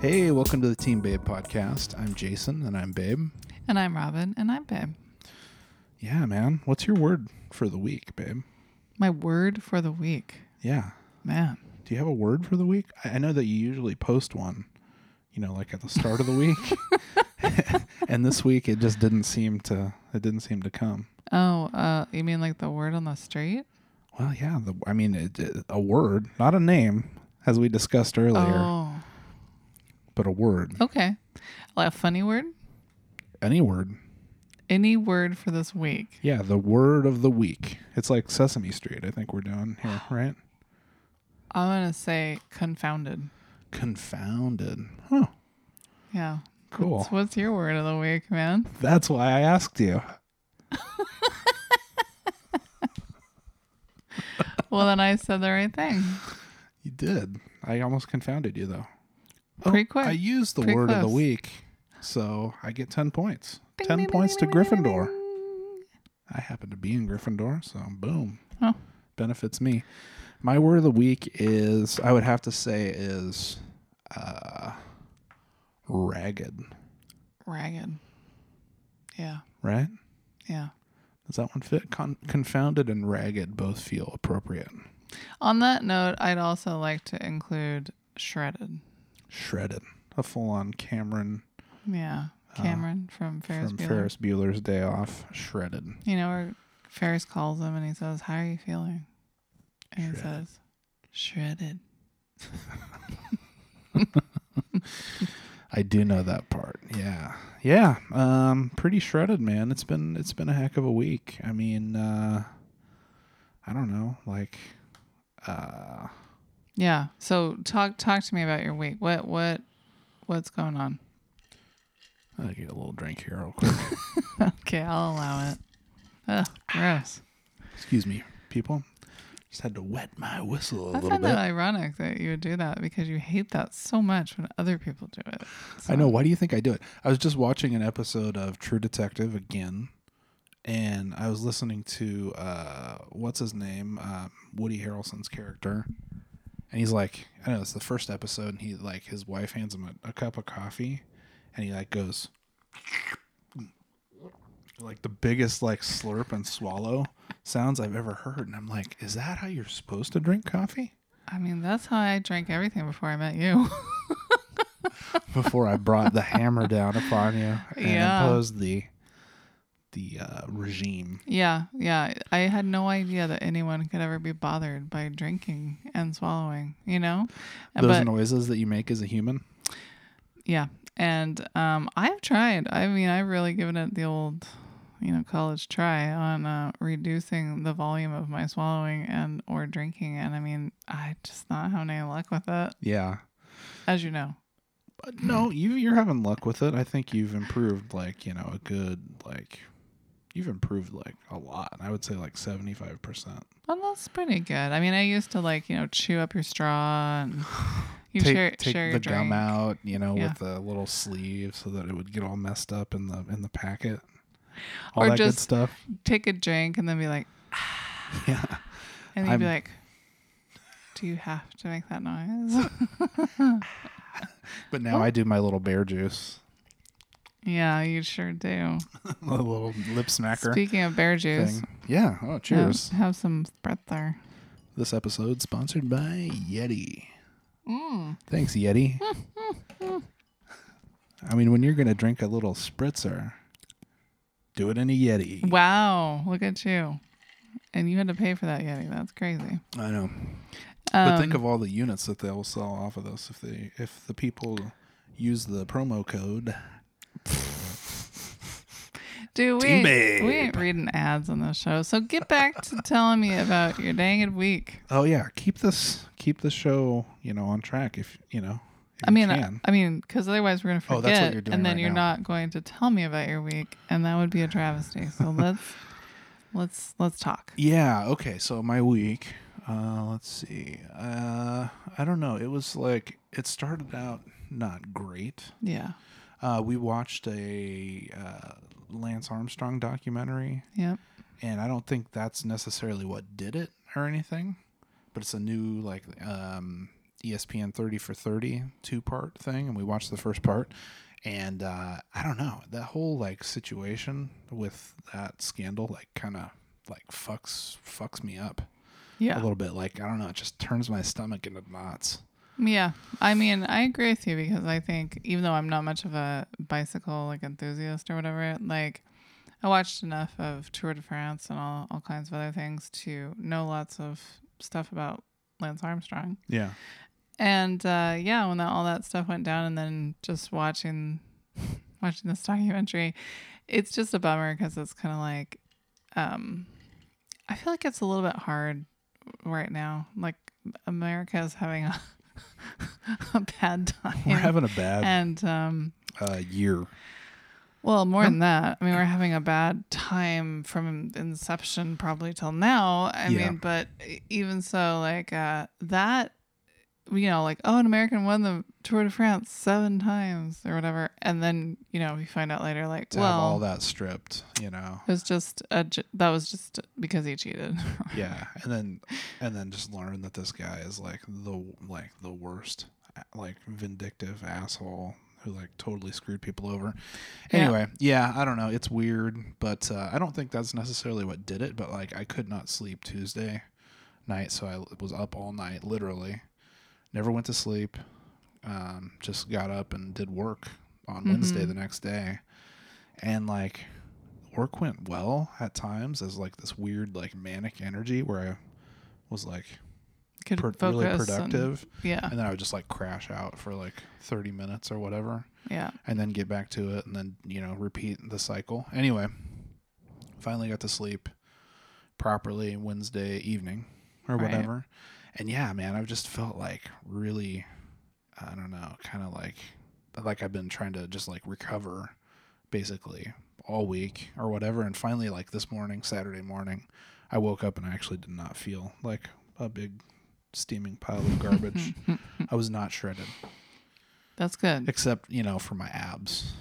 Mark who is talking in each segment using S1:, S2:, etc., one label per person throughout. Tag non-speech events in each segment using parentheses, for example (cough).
S1: Hey, welcome to the Team Babe podcast. I'm Jason and I'm Babe.
S2: And I'm Robin, and I'm Babe.
S1: Yeah, man. What's your word for the week, Babe?
S2: My word for the week,
S1: Yeah.
S2: man.
S1: Do you have a word for the week? I I know that you usually post one, you know, like at the start of the week. and this week (laughs) it just didn't seem to it didn't seem to come.
S2: Oh, uh, you mean like the word on the street?
S1: Well, yeah, the, I mean it, it- a word, not a name as we discussed earlier,
S2: Oh,
S1: but a word.
S2: okay. Well, a funny word.
S1: Any word.
S2: Any word for this week?
S1: Yeah, the word of the week. It's like Sesame Street, I think we're doing here, right?
S2: I'm gonna say confounded.
S1: Confounded. Huh.
S2: Yeah.
S1: Cool.
S2: What's, what's your word of the week, man?
S1: That's why I asked you.
S2: Well, then I said the right thing.
S1: You did. I almost confounded you though.
S2: Oh, Pretty quick.
S1: I used the
S2: Pretty
S1: word of the
S2: close.
S1: week, so I get ten points.
S2: Ding,
S1: ten
S2: ding, ding,
S1: points
S2: ding,
S1: to
S2: ding, ding,
S1: Gryffindor.
S2: ding.
S1: I happen to be in Gryffindor, so boom,
S2: Oh,
S1: benefits me. My word of the week is I would have to say is uh, ragged.
S2: ragged. Yeah.
S1: Right?
S2: Yeah.
S1: Does that one fit? Con- confounded and ragged both feel appropriate.
S2: On that note, I'd also like to include shredded.
S1: Shredded, a full-on Cameron
S2: Yeah.
S1: Uh,
S2: Cameron from Ferris
S1: from
S2: Bueller.
S1: Ferris Bueller's Day Off. Shredded.
S2: You know, where Ferris calls him and he says, How are you feeling? And he
S1: Shredded.
S2: says, Shredded.
S1: I do know that part. Yeah. Yeah. Um pretty shredded, man. It's been it's been a heck of a week. I mean, uh I don't know, like uh
S2: Yeah. So talk talk to me about your week. What what what's going on?
S1: I'll get a little drink here real
S2: (laughs)
S1: quick.
S2: Okay, I'll allow it. Ugh, gross.
S1: Excuse me, people. Just had to wet my whistle a
S2: I
S1: little
S2: find
S1: bit.
S2: that ironic that you would do that because you hate that so much when other people do it.
S1: I know. Why do you think I do it? I was just watching an episode of True Detective again, and I was listening to uh, what's his name, uh, Woody Harrelson's character, and he's like, I know it's the first episode, and he like his wife hands him a, a cup of coffee, and he like goes like the biggest like slurp and swallow sounds I've ever heard, and I'm like, is that how you're supposed to drink coffee?
S2: I mean, that's how I drank everything before I met you. (laughs)
S1: before I brought the hammer down upon you and
S2: Yeah.
S1: imposed the the uh, regime.
S2: yeah, yeah. I had no idea that anyone could ever be bothered by drinking and swallowing, you know?
S1: Those noises that you make as a human.
S2: Yeah. And um, I've tried. I mean, I've really given it the old, you know, college try on uh, reducing the volume of my swallowing and or drinking. And I mean, I just not having any luck with it,
S1: Yeah. Hmm.
S2: as you know.
S1: But Uh, no, you you're having luck with it. I think you've improved like, you know, a good like you've improved like a lot. I would say like 75%.
S2: Well, that's pretty good. I mean, I used to like, you know, chew up your
S1: (laughs)
S2: straw and you
S1: take
S2: share,
S1: take
S2: share
S1: the
S2: your drink.
S1: gum out, you know,
S2: Yeah.
S1: with the little sleeve so that it would get all messed up in the in the packet. All
S2: Or
S1: that
S2: just-
S1: good stuff.
S2: Take a drink and then be like, (sighs)
S1: Yeah.
S2: and you'd be
S1: I'm-
S2: like, do you have to make that noise? (laughs)
S1: But now I do my little bear juice. (laughs)
S2: yeah, you sure do.
S1: a little lip smacker.
S2: Speaking of bear juice,
S1: thing. Yeah. Oh,
S2: yeah,
S1: cheers.
S2: have some breath there.
S1: This episode sponsored by Yeti.
S2: Mm.
S1: Thanks,
S2: (laughs)
S1: Yeti. I mean, when you're gonna drink a little spritzer, do it in a Yeti.
S2: Wow, look at you. And you had to pay for that Yeti. That's crazy.
S1: I know, but
S2: Um,
S1: think of all the units that they'll sell off of this if they if the people use the promo code.
S2: dude, we
S1: Team
S2: ain't, we
S1: Babe.
S2: ain't reading ads on this show. So get back to telling me about your dang week.
S1: Oh yeah, keep this keep the show you know on track if you know. If
S2: I mean, uh,
S1: you
S2: I,
S1: can.
S2: I mean, because otherwise we're gonna
S1: Oh, that's what
S2: forget,
S1: you're doing
S2: and then
S1: right
S2: you're
S1: now.
S2: not going to tell me about your week, and that would be a travesty. So
S1: (laughs)
S2: let's let's let's talk.
S1: Yeah. Okay. So my week. Uh, let's see. Uh, I don't know. It was like it started out not great.
S2: Yeah.
S1: Uh, we watched a uh, Lance Armstrong documentary,
S2: Yep.
S1: and I don't think that's necessarily what did it or anything, but it's a new like um, ESPN 30 for 30 two part thing, and we watched the first part. And uh, I don't know that whole like situation with that scandal, like kind of like fucks fucks me up a
S2: Yeah.
S1: little bit. Like I don't know, it just turns my stomach into knots.
S2: Yeah. I mean, I agree with you because I think even though I'm not much of a bicycle like enthusiast or whatever, like I watched enough of Tour de France and all, all kinds of other things to know lots of stuff about Lance Armstrong.
S1: Yeah,
S2: And uh, yeah, when that, all that stuff went down, and then just watching (laughs) watching this documentary, it's just a bummer because it's kind of like, um, I feel like it's a little bit hard right now. Like America is having a, (laughs) a bad time,
S1: we're having a bad
S2: and um,
S1: uh, year.
S2: well, more than that, I mean, we're having a bad time from inception probably till now. I
S1: Yeah.
S2: mean, but e, even so, like uh, that, you know, like, oh, an American won the Tour de France seven times or whatever. And then, you know, we find out later, like,
S1: To have all
S2: well,
S1: that stripped, you know.
S2: it was just, a, j- that was just because he cheated. (laughs)
S1: yeah and then and then just learn that this guy is like the like the worst uh, like vindictive asshole who like totally screwed people over
S2: Yeah.
S1: anyway yeah, i don't know it's weird but uh, i don't think that's necessarily what did it but like i could not sleep tuesday night so i was up all night literally never went to sleep um, just got up and did work on wednesday
S2: Mhm.
S1: the next day and like work went well at times as like this weird like manic energy where I was like
S2: Could
S1: pr-
S2: focus
S1: really
S2: and- uh
S1: productive
S2: yeah.
S1: and then I would just like crash out for like 30 minutes or whatever
S2: Yeah.
S1: (laughs) and then get back to it and then you know repeat the cycle. Anyway, finally got to sleep properly Wednesday evening or
S2: Right.
S1: whatever. And yeah, man, I've just felt like really I don't know, kind of like like I've been trying to just like recover basically all week or whatever and finally like this morning, Saturday morning, I woke up and I actually did not feel like a big steaming pile of
S2: (laughs)
S1: garbage. I was not shredded
S2: Hmm. That's good.
S1: except, you know, for my abs.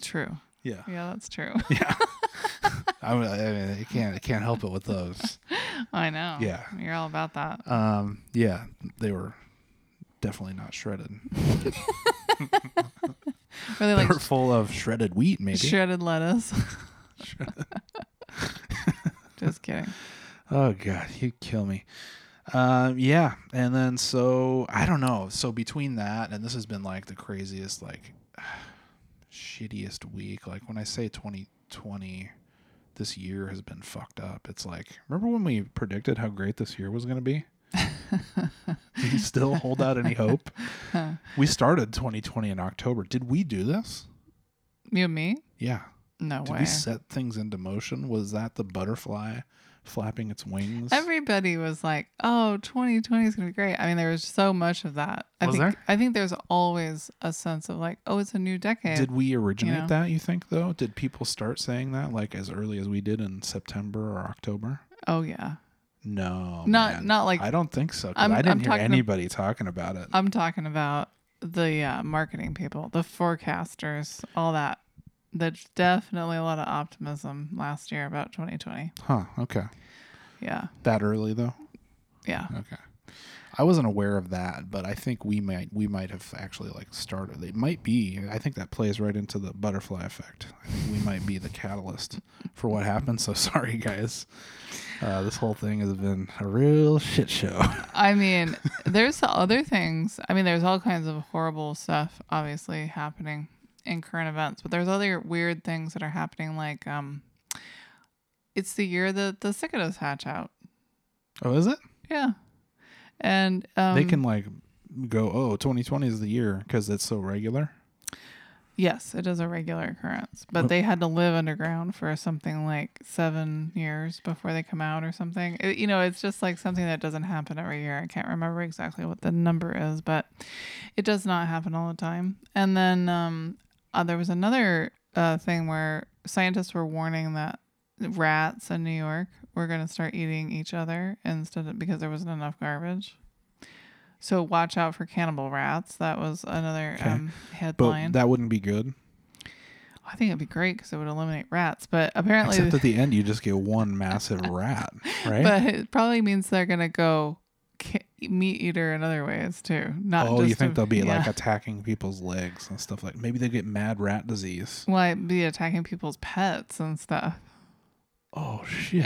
S2: True.
S1: Yeah.
S2: Yeah, that's true. (laughs)
S1: Yeah. I, mean, I mean, it can't, it can't help it with those.
S2: I know.
S1: Yeah.
S2: You're all about that.
S1: Um, yeah, they were definitely not shredded.
S2: Were they
S1: (laughs) They
S2: like
S1: were full of shredded wheat, maybe. (laughs)
S2: shredded lettuce? Just kidding. (laughs)
S1: Oh God, you kill me. Um, yeah, and then so I don't know. So between that and this has been like the craziest, like (sighs) shittiest week. Like when I say 2020, this year has been fucked up. It's like remember when we predicted how great this year was going to be? (laughs) Do you still hold out any
S2: (laughs)
S1: hope? we started 2020 in October. Did we do this?
S2: You and me?
S1: Yeah.
S2: No
S1: Did
S2: way.
S1: we set things into motion? Was that the butterfly flapping its wings?
S2: Everybody was like, "Oh, 2020 is gonna be great." I mean, there was so much of that. I
S1: Was
S2: think
S1: there?
S2: I think there's always a sense of like, "Oh, it's a new decade."
S1: Did we originate
S2: know.
S1: that, you think, though? Did people start saying that like as early as we did in September or October?
S2: oh yeah,
S1: No.
S2: not
S1: Oh, man.
S2: not like
S1: I don't think so. 'cause
S2: I'm-
S1: I
S2: I'm
S1: didn't hear
S2: talking ab-
S1: anybody talking about it.
S2: I'm talking about the uh, marketing people, the forecasters, all that. There's definitely a lot of optimism last year about 2020.
S1: Huh. Okay.
S2: Yeah,
S1: That early, though?
S2: yeah.
S1: Okay. I wasn't aware of that, but I think we might we might have actually like started. It might be. I think that plays right into the butterfly effect. I think we might be the catalyst for what happened. So (laughs) sorry, guys. Uh, this whole thing has been a real shit show. (laughs)
S2: I mean, there's the other things. I mean, there's all kinds of horrible stuff obviously happening in current events, but there's other weird things that are happening like um it's the year that the cicadas hatch out.
S1: Oh, is it?
S2: Yeah. And um
S1: they can like go oh 2020 is the year because it's so regular
S2: yes, it is a regular occurrence, but they had to live underground for something like 7 years before they come out or something. It- you know, it's just like something that doesn't happen every year. I can't remember exactly what the number is, but it does not happen all the time. And then um, uh, there was another uh, thing where scientists were warning that rats in New York were going to start eating each other instead of because there wasn't enough garbage. So watch out for cannibal rats. That was another
S1: Okay.
S2: um,
S1: but
S2: headline.
S1: that wouldn't be good
S2: I think it'd be great because it would eliminate rats. But apparently,
S1: except
S2: (laughs)
S1: at the end you just get one massive rat right
S2: but it probably means they're going to go. Ca- meat eater in other ways too. Not
S1: oh,
S2: just
S1: you think
S2: of-
S1: they'll be
S2: yeah.
S1: like
S2: (laughs)
S1: attacking people's legs and stuff like? Maybe they get mad rat disease.
S2: well, I'd be attacking people's pets and stuff.
S1: Oh
S2: (laughs)
S1: shit!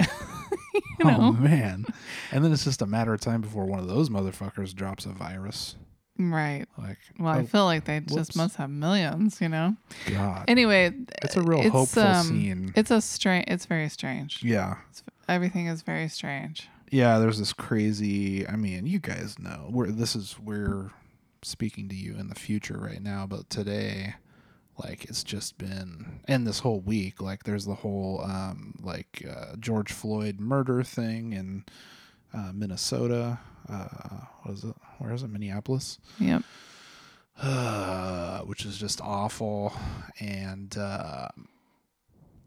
S2: You
S1: Oh
S2: know?
S1: man! And then it's just a matter of time before one of those motherfuckers drops a virus.
S2: Right.
S1: Like,
S2: Well, I
S1: Oh,
S2: feel like they
S1: whoops.
S2: just must have millions, you know.
S1: oh, God,
S2: Anyway,
S1: it's a real
S2: it's,
S1: hopeful
S2: um,
S1: scene.
S2: it's a strange. It's very strange.
S1: yeah,
S2: It's, everything is very strange.
S1: yeah. There's this crazy. I mean, you guys know. We're this is we're speaking to you in the future right now, but today, like, it's just been and this whole week. Like, there's the whole um like uh, George Floyd murder thing in uh, Minnesota. Uh, what is it? Where is it? Minneapolis.
S2: Yep.
S1: uh, (sighs) which is just awful and uh,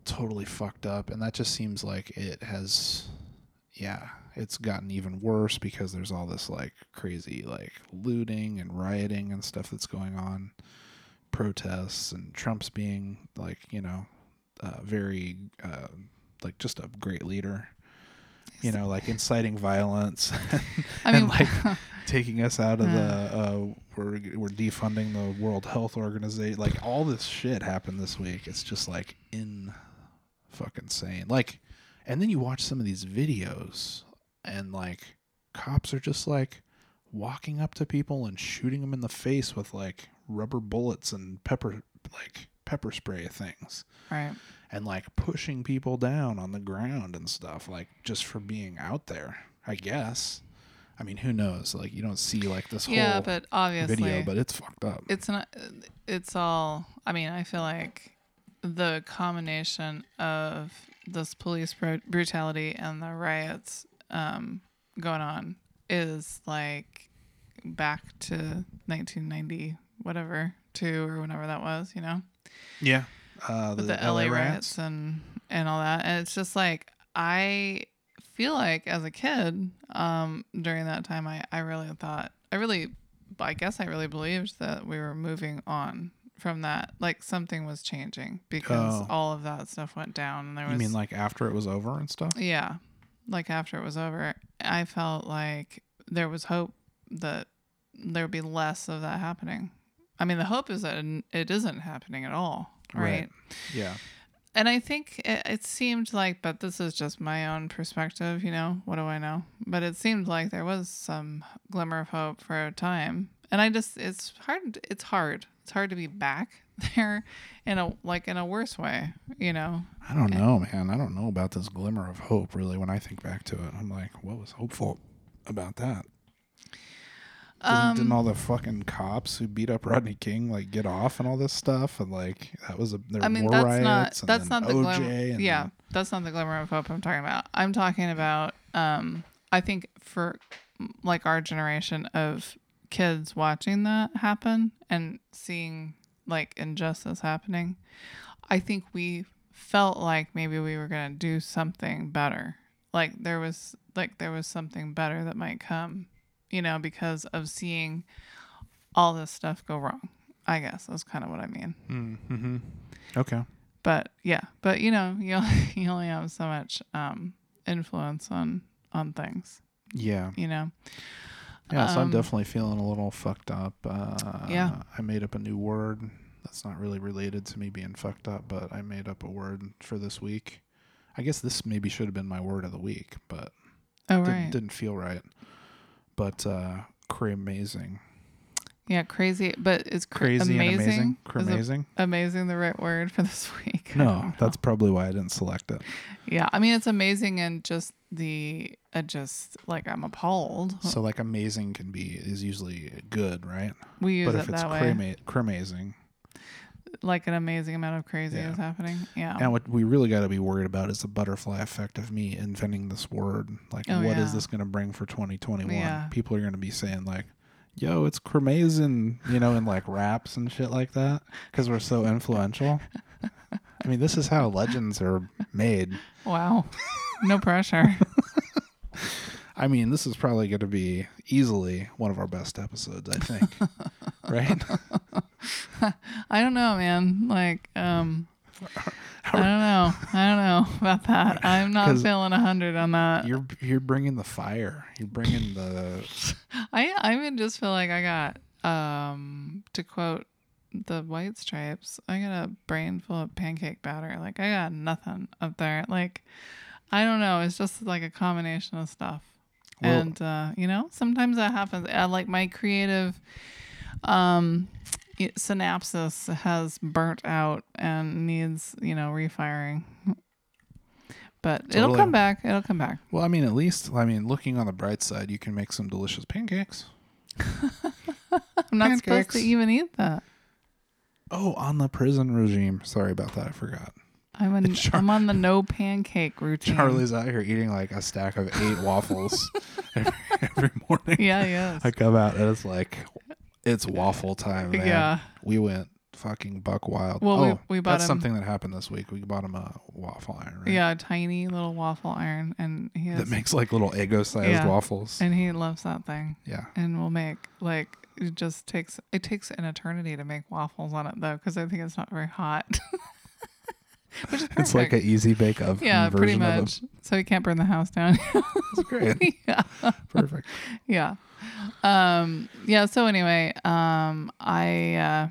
S1: totally fucked up. And that just seems like it has, yeah, it's gotten even worse because there's all this like crazy like looting and rioting and stuff that's going on, protests and Trump's being like you know uh, very uh, like just a great leader. You know, like inciting violence, (laughs)
S2: I mean,
S1: and like taking us out of the uh, we're we're defunding the World Health Organization. Like all this shit happened this week. It's just like in fucking insane. Like, and then you watch some of these videos, and like cops are just like walking up to people and shooting them in the face with like rubber bullets and pepper like pepper spray things
S2: (laughs) right.
S1: and like pushing people down on the ground and stuff, like just for being out there, I guess. I mean, who knows? Like, you don't see like this
S2: Yeah,
S1: whole
S2: but obviously,
S1: video, but it's fucked up.
S2: it's not. It's all. I mean, I feel like the combination of this police bru- brutality and the riots um, going on is like back to 1990, whatever, two or whenever that was. You know.
S1: yeah. Uh, the,
S2: with the, LA riots. and and all that. And it's just like I feel like as a kid, um, during that time, I I really thought I really, I guess I really believed that we were moving on from that. Like something was changing because
S1: Oh.
S2: all of that stuff went down, and there was
S1: You mean like after it was over and stuff?
S2: yeah, like after it was over, I felt like there was hope that there would be less of that happening. I mean, the hope is that it isn't happening at all,
S1: Right.
S2: right?
S1: Yeah.
S2: and I think it, it seemed like, but this is just my own perspective, you know, what do I know? But it seemed like there was some glimmer of hope for a time. And I just, it's hard, it's hard. It's hard to be back (laughs) there in a, like, in a worse way, you know?
S1: I don't know, man. I don't know about this glimmer of hope, really, when I think back to it. I'm like, what was hopeful about that? Didn't,
S2: Um,
S1: didn't all the fucking cops who beat up Rodney King like get off and all this stuff and like that was a there
S2: I mean,
S1: were
S2: that's
S1: riots
S2: not,
S1: and
S2: that's
S1: then
S2: not the
S1: OJ
S2: glimmer.
S1: and
S2: Yeah. That's not the glimmer of hope I'm talking about. I'm talking about, um, I think for like our generation of kids watching that happen and seeing like injustice happening, I think we felt like maybe we were gonna do something better. Like there was like there was something better that might come, you know, because of seeing all this stuff go wrong. I guess that's kind of what I mean.
S1: Mm-hmm. Okay.
S2: But yeah, but you know, you only, (laughs) you only have so much um, influence on on things,
S1: Yeah.
S2: you know.
S1: Yeah. so I'm
S2: Um,
S1: definitely feeling a little fucked up. Uh,
S2: Yeah.
S1: I made up a new word. That's not really related to me being fucked up, but I made up a word for this week. I guess this maybe should have been my word of the week, but
S2: Oh
S1: didn't,
S2: right,
S1: didn't feel right. But uh, amazing,
S2: yeah, crazy. But is cr-
S1: crazy and
S2: amazing?
S1: amazing,
S2: Is a-
S1: cramazing.
S2: amazing the right word for (laughs) this week? I don't
S1: No,
S2: know.
S1: that's probably why I didn't select it.
S2: Yeah, I mean it's amazing and just the uh, just like I'm appalled.
S1: So like amazing can be is usually good, right?
S2: We use
S1: but if
S2: it
S1: it's
S2: that way.
S1: crama- cramazing,
S2: Like an amazing amount of crazy
S1: Yeah.
S2: is happening. Yeah.
S1: And what we really got to be worried about is the butterfly effect of me inventing this word. Like, what
S2: Oh,
S1: is
S2: yeah.
S1: this going to bring for 2021?
S2: Yeah.
S1: People are going to be saying, like, yo, it's cremazin, you know, in like raps and shit like that because we're so influential. I mean, this is how legends are made.
S2: Wow. (laughs) no pressure.
S1: I mean, this is probably going to be easily one of our best episodes, I
S2: (laughs)
S1: think. right?
S2: I don't know, man. Like um I don't know. I don't know (laughs) about that. I'm not
S1: 'Cause
S2: feeling a hundred on that.
S1: You're you're bringing the fire. You're bringing the
S2: I I even just feel like I got um to quote the white stripes. I got a brain full of pancake batter. Like I got nothing up there. Like I don't know. It's just like a combination of stuff.
S1: Well-
S2: and uh, you know, sometimes that happens. Uh like my creative um y- synapses has burnt out and needs you know refiring. But it'll
S1: Totally.
S2: come back. It'll
S1: (laughs)
S2: come back.
S1: Well, I mean, at least I mean, looking on the bright side, you can make some delicious pancakes.
S2: I'm not supposed
S1: Pancakes.
S2: to even eat that.
S1: Oh, on the prison regime. Sorry about that. I forgot.
S2: I'm, an,
S1: (laughs) Char-
S2: I'm on the no pancake routine.
S1: Charlie's out here eating like a stack of eight waffles (laughs) every,
S2: (laughs)
S1: every morning.
S2: (laughs) Yeah, yes.
S1: (laughs) I come out and it's like, it's waffle time, man.
S2: Yeah.
S1: We went fucking buck wild.
S2: Well, we-
S1: oh,
S2: we bought
S1: that's
S2: him-
S1: something that happened this week. We bought him a waffle iron, right?
S2: Yeah, a tiny little waffle iron, and he
S1: That
S2: has,
S1: makes like little ego sized
S2: Yeah.
S1: waffles.
S2: and he loves that thing, (laughs)
S1: yeah.
S2: and will make like it just takes it takes an eternity to make waffles on it though, because I think it's not very hot. (laughs) Which is
S1: It's like an
S2: perfect.
S1: easy bake oven
S2: yeah, pretty
S1: version of (laughs)
S2: much. So he can't burn the house down. (laughs)
S1: It's great.
S2: yeah.
S1: Perfect.
S2: yeah um yeah so anyway um i uh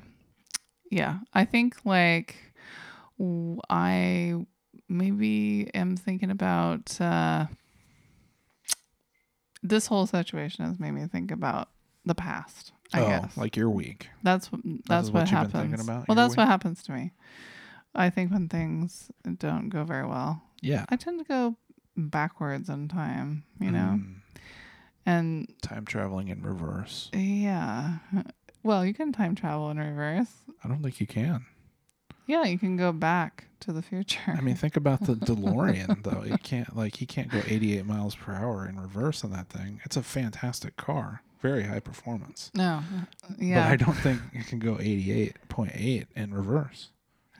S2: yeah i think like w- i maybe am thinking about uh this whole situation has made me think about the past i
S1: oh,
S2: guess
S1: like you're weak.
S2: that's wh- that's
S1: is what
S2: what,
S1: you've been
S2: happens
S1: thinking about
S2: well
S1: your
S2: that's what happens to me i think when things don't go very well
S1: Yeah.
S2: i tend to go backwards in time you know
S1: Mm.
S2: and
S1: time traveling in reverse.
S2: Yeah. Well, you can time travel in reverse.
S1: I don't think you can.
S2: Yeah, you can go back to the future.
S1: I mean, think about the DeLorean though. It can't like he can't go 88 miles per hour in reverse on that thing. It's a fantastic car, very high performance.
S2: (laughs) no.
S1: But
S2: Yeah.
S1: I don't think it can go 88.8 in reverse.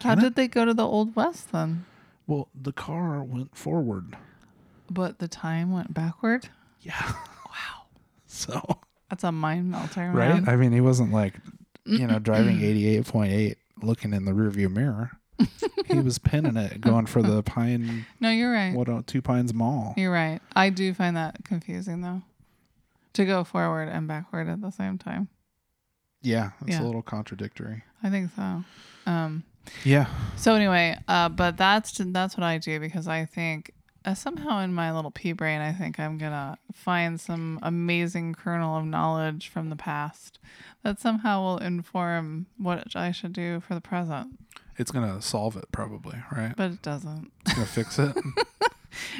S2: How
S1: can
S2: did they go to the Old West then?
S1: Well, the car went forward.
S2: But the time went backward?
S1: Yeah. (laughs) Wow. So
S2: That's a mind melter.
S1: right.
S2: Man.
S1: I mean, he wasn't like you know driving 88.8 looking in the rearview mirror. he was pinning it, going for the Pine
S2: no, you're right.
S1: what uh, Two Pines
S2: (laughs)
S1: Mall.
S2: You're right. I do find that confusing though. To go forward and backward at the same time.
S1: Yeah, it's
S2: Yeah.
S1: a little contradictory.
S2: I think so. Um
S1: Yeah.
S2: So anyway, uh, but that's that's what I do because I think uh, somehow in my little pea brain, I think I'm gonna find some amazing kernel of knowledge from the past that somehow will inform what I should do for the present.
S1: It's going to solve it probably, right?
S2: But it doesn't.
S1: It's going to fix it.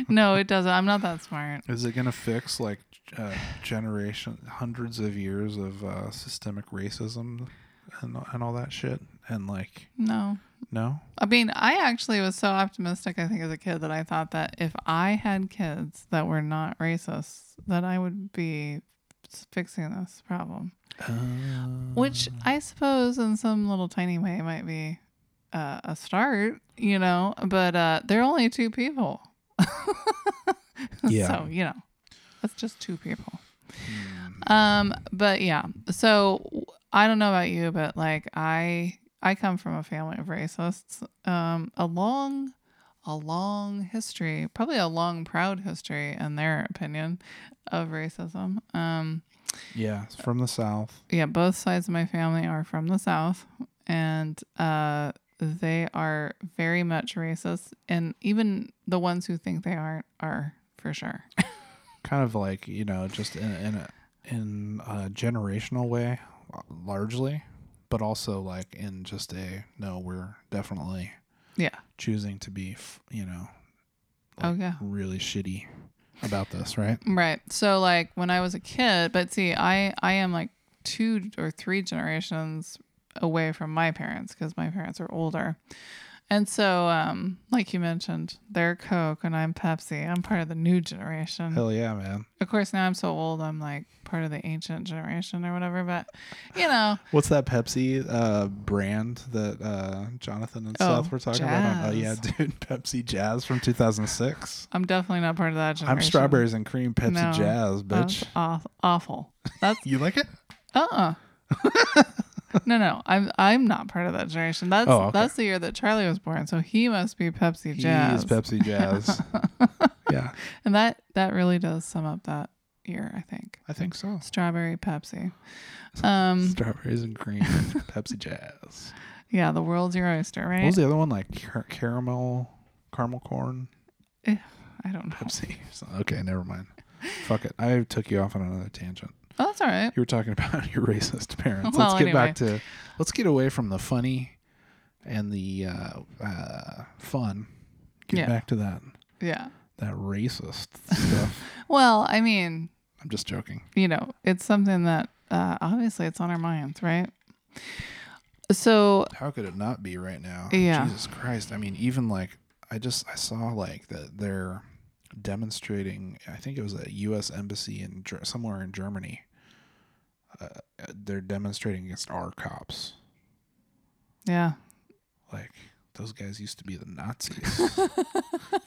S2: No, it doesn't. I'm not that smart.
S1: Is it going to fix like uh, generation hundreds of years of uh, systemic racism and and all that shit and like
S2: No.
S1: no?
S2: I mean, I actually was so optimistic, I think, as a kid that I thought that if I had kids that were not racist, that I would be fixing this problem. which I suppose in some little tiny way might be uh, a start, you know. But uh, they're only two people, (laughs)
S1: Yeah.
S2: so you know, that's just two people. Um, but yeah, so I don't know about you, but like I I come from a family of racists. Um, a long a long history, probably a long proud history in their opinion of racism. Um,
S1: yeah, it's from the south.
S2: yeah, both sides of my family are from the South, and uh, they are very much racist. And even the ones who think they aren't are for sure.
S1: Kind of like, you know, just in in a, in a generational way largely, but also like in just a no, we're definitely
S2: yeah.
S1: choosing to be, f- you know,
S2: Oh yeah.
S1: really shitty about this, right?
S2: Right. So like when I was a kid, but see, I I am like two or three generations away from my parents because my parents are older. And so, um, like you mentioned, they're Coke and I'm Pepsi. I'm part of the new generation.
S1: Hell yeah, man.
S2: Of course, now I'm so old, I'm like part of the ancient generation or whatever, but you know,
S1: What's that Pepsi uh, brand that uh, Jonathan and
S2: Oh,
S1: Seth were talking about? On, oh, yeah,
S2: Jazz.
S1: dude. (laughs) Pepsi Jazz from 2006.
S2: I'm definitely not part of that generation.
S1: I'm strawberries and cream Pepsi
S2: No. Oh,
S1: Jazz,
S2: That's
S1: bitch.
S2: aw- awful.
S1: (laughs)
S2: That's
S1: You like it?
S2: uh uh Uh-uh. no, no, I'm I'm not part of that generation. That's
S1: Oh, okay.
S2: that's the year that Charlie was born, so he must be Pepsi
S1: He's
S2: Jazz.
S1: Pepsi
S2: (laughs)
S1: Jazz. yeah,
S2: and that that really does sum up that year, I think.
S1: I think so.
S2: Strawberry Pepsi. Um,
S1: Strawberries and
S2: (laughs)
S1: cream, Pepsi Jazz.
S2: yeah, the world's your oyster,
S1: What
S2: right?
S1: was the other one like? Car- caramel, caramel corn,
S2: I don't know.
S1: Pepsi. (laughs) or something. Okay, never mind. Fuck it. I took you off on another tangent.
S2: Oh, that's all right.
S1: You were talking (laughs) about your racist parents.
S2: Well,
S1: let's get back to. Let's get away from the funny, and the uh, uh, fun. Get
S2: Yeah.
S1: back to that
S2: Yeah.
S1: that racist (laughs) stuff.
S2: Well, I mean,
S1: I'm just joking.
S2: you know, it's something that uh, obviously it's on our minds, right? So
S1: How could it not be right now?
S2: Yeah.
S1: Jesus Christ. I mean, even like I just I saw like that they're demonstrating. I think it was a U.S. embassy in Ger- somewhere in Germany. Uh, they're demonstrating against our cops.
S2: yeah,
S1: Like those guys used to be the Nazis.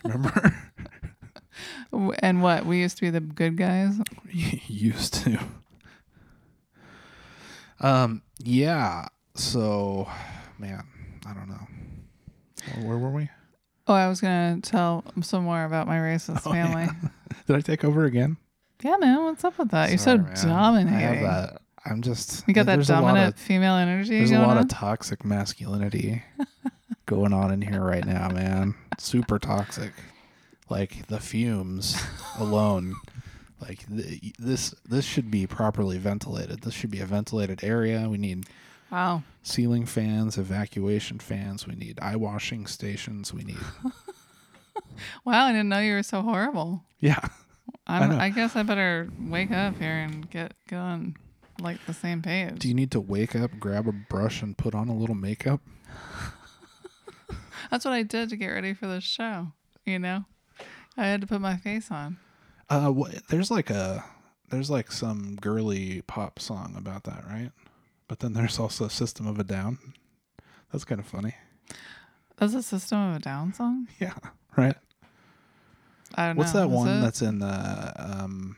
S2: (laughs)
S1: Remember? (laughs)
S2: W- and what we used to be the good guys.
S1: used to. Um. Yeah. So, man, I don't know. Where- Where were we?
S2: Oh, I was gonna tell some more about my racist
S1: (laughs) Oh, yeah.
S2: family.
S1: Did I take over again?
S2: Yeah. man, what's up with that? You're so
S1: Sorry, man. I have
S2: Uh, dominating.
S1: that. I'm just.
S2: You got that
S1: there's a lot of-
S2: dominant female energy.
S1: there's a
S2: going
S1: lot
S2: on?
S1: of toxic masculinity going on in here right now, man. Super toxic. Like the fumes alone. Like th- this. This should be properly ventilated. This should be a ventilated area. We need
S2: wow.
S1: ceiling fans, evacuation fans. We need eye washing stations. We need. (laughs)
S2: Wow, I didn't know you were so horrible.
S1: Yeah.
S2: I'm,
S1: know.
S2: I, guess I better wake up here and get get on like the same page.
S1: Do you need to wake up, grab a brush, and put on a little makeup?
S2: That's what I did to get ready for this show. You know, I had to put my face on.
S1: Uh, wha there's like a there's like some girly pop song about that, right? But then there's also System of a Down. That's kind of funny. (laughs)
S2: That's a System of a Down song.
S1: Yeah. Right.
S2: I don't
S1: What's
S2: know.
S1: that
S2: Is
S1: one
S2: it?
S1: that's in the um,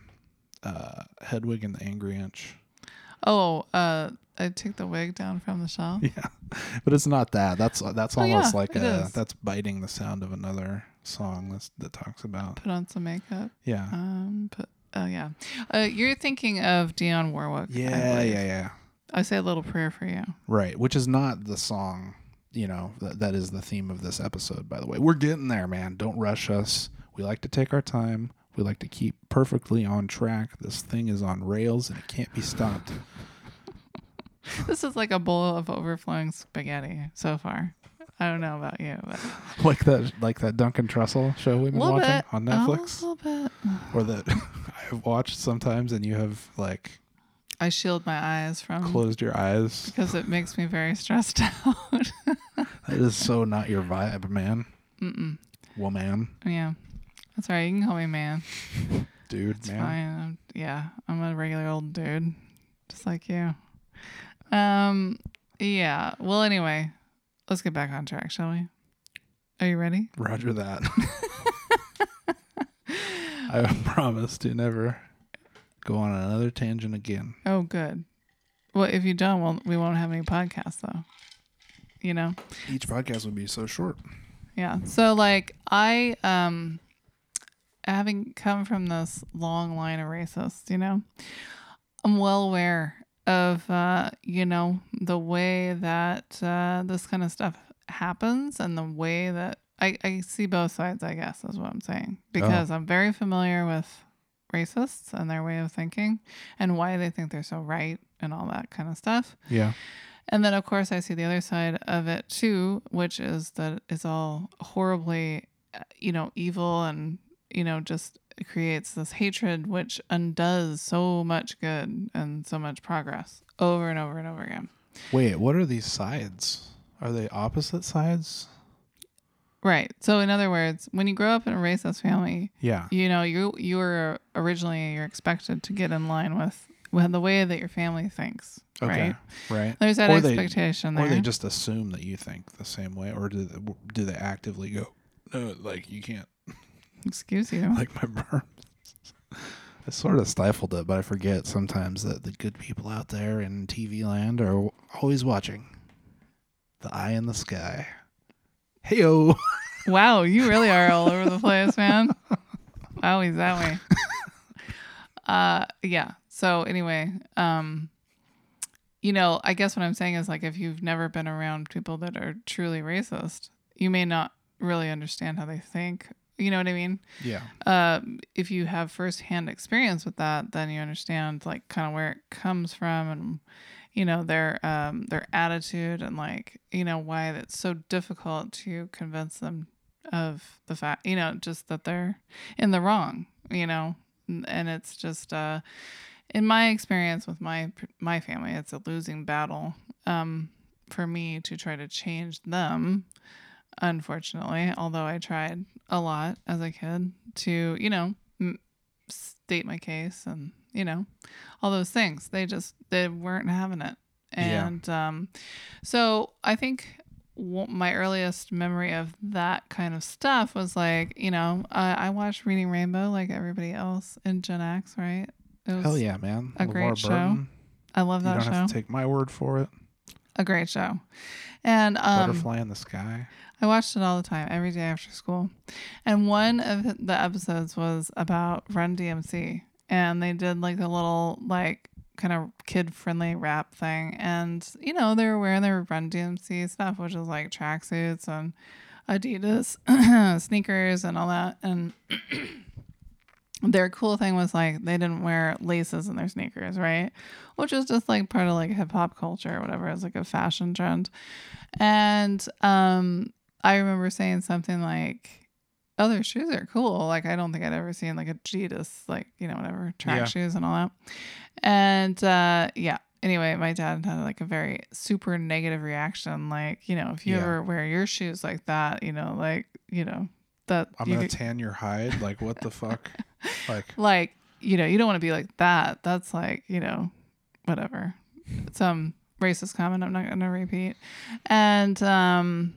S1: uh, Hedwig and the Angry Inch? (laughs)
S2: oh, uh, I took the wig down from the shelf.
S1: Yeah, but it's not that. That's that's
S2: Oh,
S1: almost
S2: yeah,
S1: like
S2: it
S1: a
S2: is.
S1: that's biting the sound of another song that's, that talks about
S2: Put on some makeup.
S1: yeah
S2: Um, put, oh yeah. Uh, you're thinking of Dionne Warwick. I
S1: yeah
S2: believe.
S1: yeah yeah
S2: I say a little prayer for you. (laughs)
S1: right, which is not the song. You know that that is the theme of this episode. By the way, we're getting there, man. Don't rush us. We like to take our time. We like to keep perfectly on track. This thing is on rails and it can't be
S2: (laughs)
S1: stopped.
S2: This is like a bowl of overflowing spaghetti so far. I don't know about you, but
S1: like that, like that Duncan Trussell show we've
S2: a
S1: been
S2: little
S1: watching
S2: bit
S1: on
S2: Oh,
S1: Netflix,
S2: a little bit.
S1: or that (laughs) I've watched sometimes, and you have like
S2: I shield my eyes from
S1: closed your
S2: (laughs)
S1: eyes.
S2: because it makes me very stressed out. (laughs)
S1: That is so not your vibe, man.
S2: Mm-mm.
S1: Woman,
S2: Yeah. That's all right. You can call me man.
S1: dude,
S2: It's
S1: man.
S2: fine. I'm, yeah. I'm a regular old dude, just like you. Um. Yeah. Well, anyway, let's get back on track, shall we? Are you ready?
S1: Roger that. (laughs) I promise to never go on another tangent again.
S2: Oh, good. Well, if you don't, well, we won't have any podcasts, though. You know?
S1: Each podcast would be so short.
S2: Yeah. So like I um having come from this long line of racists, you know, I'm well aware of uh, you know, the way that uh this kind of stuff happens and the way that I, I see both sides, I guess, is what I'm saying. Because I'm very familiar with racists and their way of thinking and why they think they're so right and all that kind of stuff.
S1: Yeah.
S2: And then, of course, I see the other side of it too, which is that it's all horribly, uh, you know, evil and, you know, just creates this hatred, which undoes so much good and so much progress over and over and over again.
S1: Wait, what are these sides? Are they opposite sides?
S2: Right. So, in other words, when you grow up in a racist family,
S1: Yeah.
S2: you know, you you were originally you're expected to get in line with, with the way that your family thinks.
S1: Okay.
S2: Right.
S1: Right.
S2: There's that
S1: Or they-
S2: expectation
S1: Or
S2: there.
S1: they just assume that you think the same way, or do they, do they actively go, no, (laughs) like you can't,
S2: Excuse you.
S1: like my burn. I sort of stifled it, but I forget sometimes that the good people out there in TV land are always watching. The eye in the sky. Heyo. (laughs)
S2: Wow, you really are all over the place, man. Always that way. Uh yeah. So anyway, um you know, I guess what I'm saying is like if you've never been around people that are truly racist, you may not really understand how they think. You know what I mean?
S1: Yeah.
S2: Uh, if you have firsthand experience with that, then you understand like kind of where it comes from and you know their um, their attitude and like you know why it's so difficult to convince them of the fact you know just that they're in the wrong you know N- and it's just uh, in my experience with my my family it's a losing battle um, for me to try to change them unfortunately although i tried a lot as a kid to you know m- state my case and you know all those things they just they weren't having it
S1: Yeah.
S2: and um so i think w- my earliest memory of that kind of stuff was like you know uh, i watched reading rainbow like everybody else in gen x right it was,
S1: Hell yeah, man.
S2: a great show. i love
S1: You don't
S2: that show
S1: have to take my word for it.
S2: a great show and um
S1: Butterfly in the sky.
S2: I watched it all the time, every day after school. And one of the episodes was about Run DMC. And they did like a little, like, kind of kid friendly rap thing. And, you know, they were wearing their Run DMC stuff, which is like tracksuits and Adidas (clears throat) sneakers and all that. And (clears throat) their cool thing was like they didn't wear laces in their sneakers, right? Which is just like part of like hip hop culture or whatever. It's like a fashion trend. And um I remember saying something like, Oh, their shoes are cool. Like I don't think I'd ever seen like a Adidas, like, you know, whatever, track
S1: Yeah.
S2: shoes and all that. And uh yeah. Anyway, my dad had like a very super negative reaction. Like, you know, if you
S1: Yeah.
S2: ever wear your shoes like that, you know, like, you know, that
S1: I'm
S2: you
S1: gonna
S2: could-
S1: tan your hide. Like what
S2: (laughs)
S1: the fuck? Like
S2: like you know you don't want to be like that that's like you know whatever some racist comment i'm not gonna repeat and um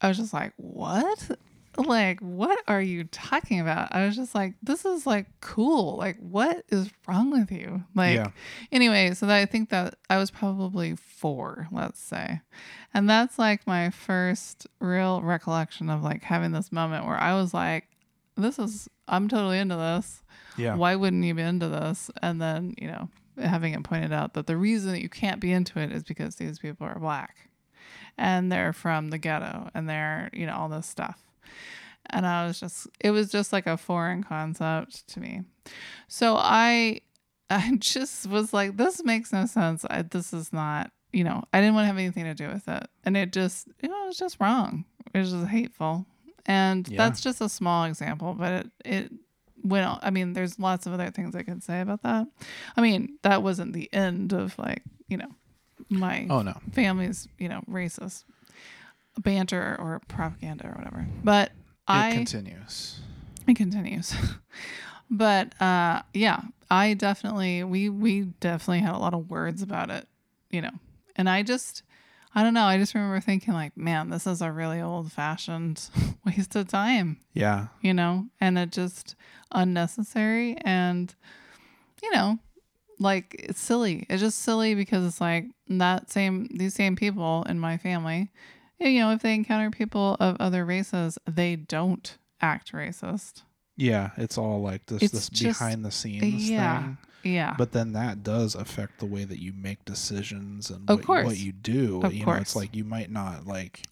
S2: i was just like what like what are you talking about i was just like this is like cool like what is wrong with you like
S1: Yeah.
S2: anyway so that i think that i was probably four let's say and that's like my first real recollection of like having this moment where i was like this is i'm totally into this
S1: yeah.
S2: why wouldn't you be into this? And then, you know, having it pointed out that the reason that you can't be into it is because these people are black and they're from the ghetto and they're, you know, all this stuff. And I was just, it was just like a foreign concept to me. So I, (laughs) I just was like, this makes no sense. I, this is not, you know, I didn't want to have anything to do with it. And it just, you know, it was just wrong. It was just hateful. And
S1: Yeah.
S2: that's just a small example, but it, it went on. I mean, there's lots of other things I could say about that. I mean, that wasn't the end of like, you know, my
S1: Oh no.
S2: family's, you know, racist banter or propaganda or whatever. But I
S1: it continues.
S2: it continues. (laughs) but uh yeah, I definitely we we definitely had a lot of words about it, you know. And I just I don't know, I just remember thinking like, man, this is a really old fashioned (laughs) waste of time
S1: Yeah.
S2: you know, and it just unnecessary and you know, like it's silly. It's just silly because it's like that same these same people in my family, you know, if they encounter people of other races, they don't act racist.
S1: Yeah. It's all like this
S2: It's
S1: this
S2: just-
S1: behind the scenes
S2: yeah.
S1: thing.
S2: Yeah.
S1: But then that does affect the way that you make decisions and
S2: Of
S1: what,
S2: course.
S1: what you do.
S2: Of
S1: you know,
S2: course.
S1: it's like you might not like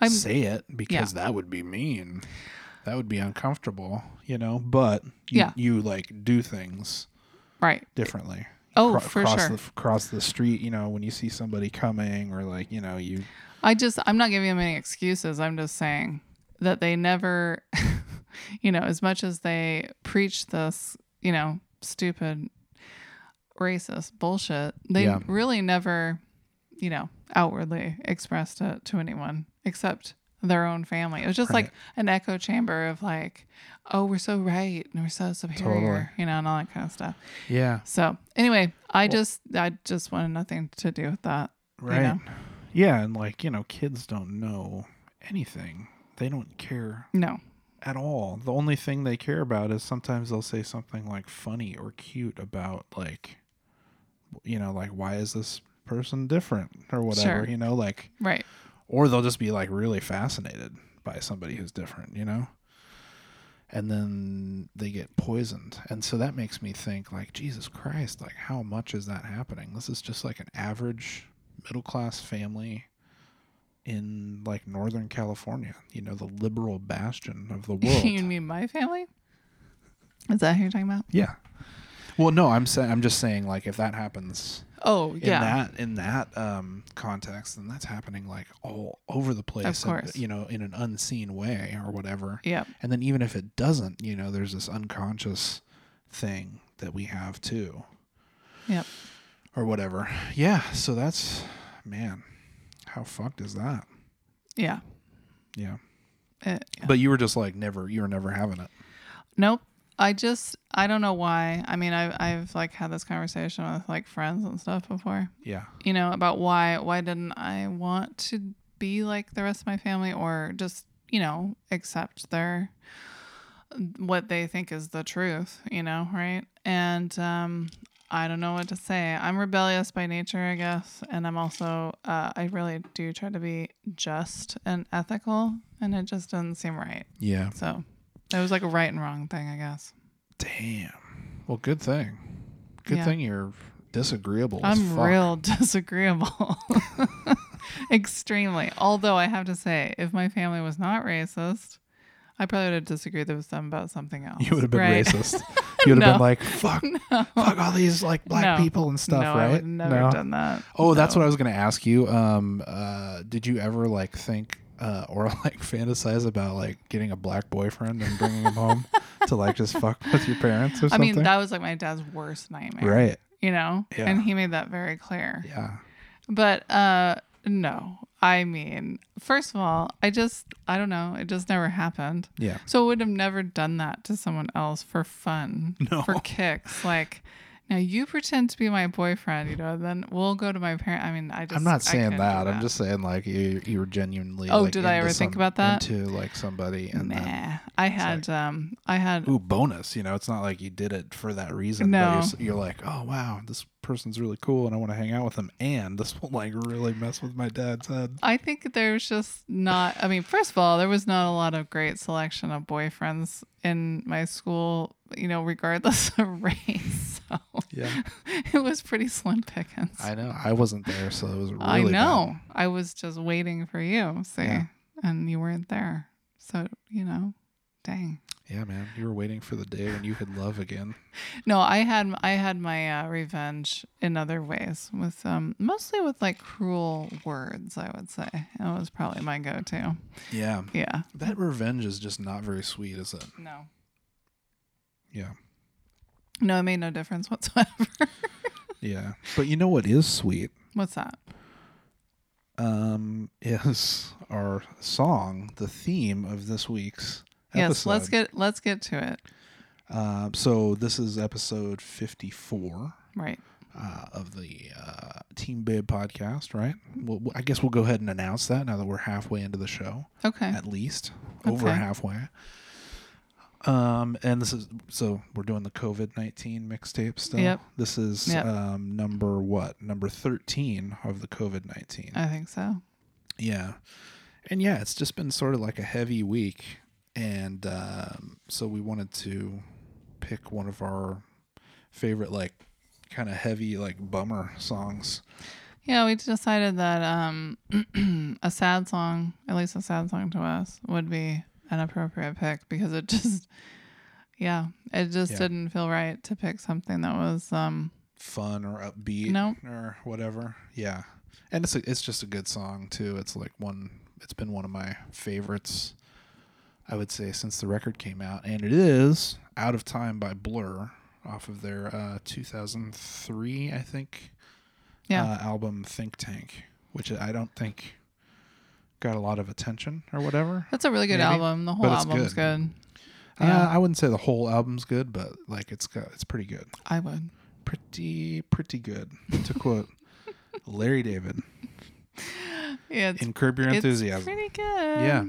S2: I'm
S1: say it because that would be mean. That would be uncomfortable, you know, but you,
S2: Yeah.
S1: you like do things
S2: right.
S1: differently.
S2: Oh,
S1: Cro-
S2: for
S1: cross
S2: sure.
S1: The, cross the street, you know, when you see somebody coming or like, you know, you
S2: I just I'm not giving them any excuses. I'm just saying that they never (laughs) you know, as much as they preach this, you know, stupid racist bullshit, they
S1: Yeah.
S2: really never, you know, outwardly expressed it to anyone except their own family. It was just like
S1: Right.
S2: an echo chamber of like, oh, we're so right and we're so superior,
S1: Totally.
S2: you know, and all that kind of stuff.
S1: Yeah.
S2: So anyway, I just I just wanted nothing to do with that.
S1: Right.
S2: know?
S1: Yeah, and like, you know, kids don't know anything. They don't care.
S2: No.
S1: at all. The only thing they care about is sometimes they'll say something like funny or cute about like you know, like why is this person different or whatever,
S2: Sure.
S1: you know, like
S2: Right. (laughs)
S1: or they'll just be like really fascinated by somebody who's different, you know? And then they get poisoned. And so that makes me think like Jesus Christ, like how much is that happening? This is just like an average middle-class family in like northern California, you know, the liberal bastion of the world.
S2: (laughs) you mean my family? Is that who you're talking about?
S1: yeah. Well, no, I'm saying I'm just saying like if that happens
S2: Oh,
S1: in
S2: yeah.
S1: that in that um, context, then that's happening like all over the place, and,
S2: course.
S1: you know, in an unseen way or whatever.
S2: Yep.
S1: And then even if it doesn't, you know, there's this unconscious thing that we have too,
S2: Yep.
S1: or whatever. Yeah. So that's man, how fucked is that?
S2: Yeah. Uh,
S1: Yeah.
S2: It- yeah.
S1: But you were just like never, you were never having it.
S2: Nope. I just I don't know why. I mean, I've I've like had this conversation with like friends and stuff before.
S1: Yeah.
S2: You know about why why didn't I want to be like the rest of my family or just you know accept their what they think is the truth. You know, right? And um, I don't know what to say. I'm rebellious by nature, I guess, and I'm also uh, I really do try to be just and ethical, and it just doesn't seem right.
S1: Yeah.
S2: So it was like a right and wrong thing, I guess.
S1: Damn. Well, good thing. Good
S2: Yeah.
S1: thing you're disagreeable. as
S2: I'm
S1: fuck.
S2: real (laughs) disagreeable. (laughs) Extremely. Although I have to say, if my family was not racist, I probably would have disagreed with them about something
S1: (laughs)
S2: else.
S1: You would have been
S2: right? (laughs)
S1: racist. You would have
S2: No.
S1: been like, fuck, fuck all these like black
S2: No.
S1: people and stuff,
S2: no,
S1: right?
S2: I would never have done that.
S1: Oh, that's what I was gonna ask you. Um, uh, did you ever like think uh, or (laughs) like fantasize about like getting a black boyfriend and bringing him
S2: (laughs)
S1: home to like just fuck with your parents or
S2: I
S1: something?
S2: mean, that was like my dad's worst nightmare.
S1: right?
S2: You know?
S1: Yeah.
S2: And he made that very clear.
S1: Yeah,
S2: But uh no. I mean, first of all, I just I don't know, it just never happened.
S1: yeah.
S2: So I would have never done that to someone else for fun,
S1: No.
S2: for kicks. Like, now you pretend to be my boyfriend, you know, and then we'll go to my parent. I mean, I just
S1: I'm not
S2: I
S1: saying
S2: couldn't do
S1: that. I'm just saying like you you were genuinely.
S2: Oh,
S1: like,
S2: did I
S1: into
S2: ever think
S1: some-
S2: about that?
S1: Into like somebody and then.
S2: nah. I had um, I had
S1: Ooh, bonus! You know, it's not like you did it for that reason. but
S2: No.
S1: you're, s- you're like, oh wow, this person's really cool, and I want to hang out with him. And this (laughs) will like really mess with my dad's head.
S2: I think there's just not. I mean, first of all, there was not a lot of great selection of boyfriends in my school, you know, regardless (laughs) of race. So (laughs)
S1: Yeah,
S2: it was pretty slim pickings.
S1: I know. I wasn't there, so it was really.
S2: I
S1: bad.
S2: know. I was just waiting for you, see,
S1: Yeah.
S2: and you weren't there. So you know, dang.
S1: Yeah, man, you were waiting for the day when you could love again.
S2: No, I had I had my uh, revenge in other ways, with um mostly with like cruel words. I would say that was probably my go-to.
S1: Yeah,
S2: Yeah.
S1: that revenge is just not very sweet, is it?
S2: No.
S1: Yeah,
S2: No, it made no difference (laughs) whatsoever.
S1: yeah. But you know what is sweet?
S2: What's that?
S1: Um, is our song the theme of this week's
S2: Yes,
S1: episode?
S2: let's get let's get to it.
S1: Uh, so this is episode fifty-four.
S2: Right.
S1: Uh, of the uh, Team Babe podcast, right? Well, I guess we'll go ahead and announce that now that we're halfway into the show.
S2: Okay.
S1: at least over
S2: Okay.
S1: halfway. Um, and this is so we're doing the COVID nineteen mixtape still.
S2: Yep.
S1: This is
S2: Yep.
S1: um number what number thirteen of the COVID nineteen.
S2: I think so.
S1: yeah, and yeah, it's just been sort of like a heavy week, and um, so we wanted to pick one of our favorite like kind of heavy like bummer songs.
S2: Yeah, we decided that um, (clears throat) a sad song, at least a sad song to us, would be an appropriate pick because it (laughs) just, yeah, it just
S1: Yeah.
S2: didn't feel right to pick something that was, um,
S1: fun or upbeat
S2: Nope.
S1: or whatever. Yeah. And it's a, it's just a good song too. It's like one it's been one of my favorites I would say since the record came out and it is Out of Time by Blur off of their uh 2003 I think
S2: yeah,
S1: uh, album Think Tank, which I don't think got a lot of attention or whatever.
S2: that's a really good
S1: maybe,
S2: album. The whole
S1: but it's
S2: album's
S1: good.
S2: good.
S1: Uh,
S2: Yeah,
S1: I wouldn't say the whole album's good, but like it's got it's pretty good.
S2: I would.
S1: Pretty pretty good to
S2: (laughs)
S1: quote Larry David.
S2: Yeah, it's,
S1: in Curb Your
S2: it's
S1: Enthusiasm.
S2: pretty good.
S1: Yeah.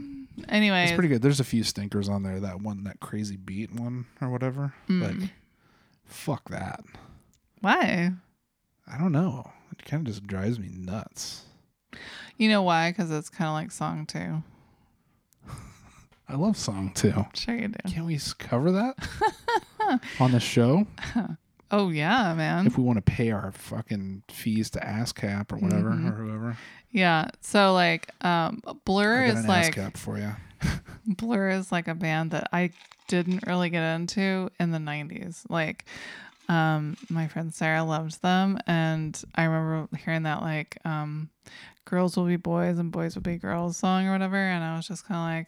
S2: Anyways,
S1: It's pretty good. There's a few stinkers on there. That one, that crazy beat one or whatever.
S2: Mm.
S1: Like, fuck that.
S2: why?
S1: I don't know. It kind of just drives me nuts.
S2: You know why? Because it's kind of like song two.
S1: I love song too.
S2: Sure you do.
S1: Can't we s- cover that
S2: (laughs)
S1: on the show
S2: Oh yeah, man.
S1: if we want to pay our fucking fees to ASCAP or whatever
S2: Mhm.
S1: or whoever?
S2: Yeah. So like, um, Blur
S1: I got
S2: is
S1: an
S2: like
S1: ASCAP for you.
S2: Blur is like a band that I didn't really get into in the 90s. Like, um, my friend Sarah loved them, and I remember hearing that, like, um, girls will be boys and boys will be girls song or whatever. And I was just kind of like,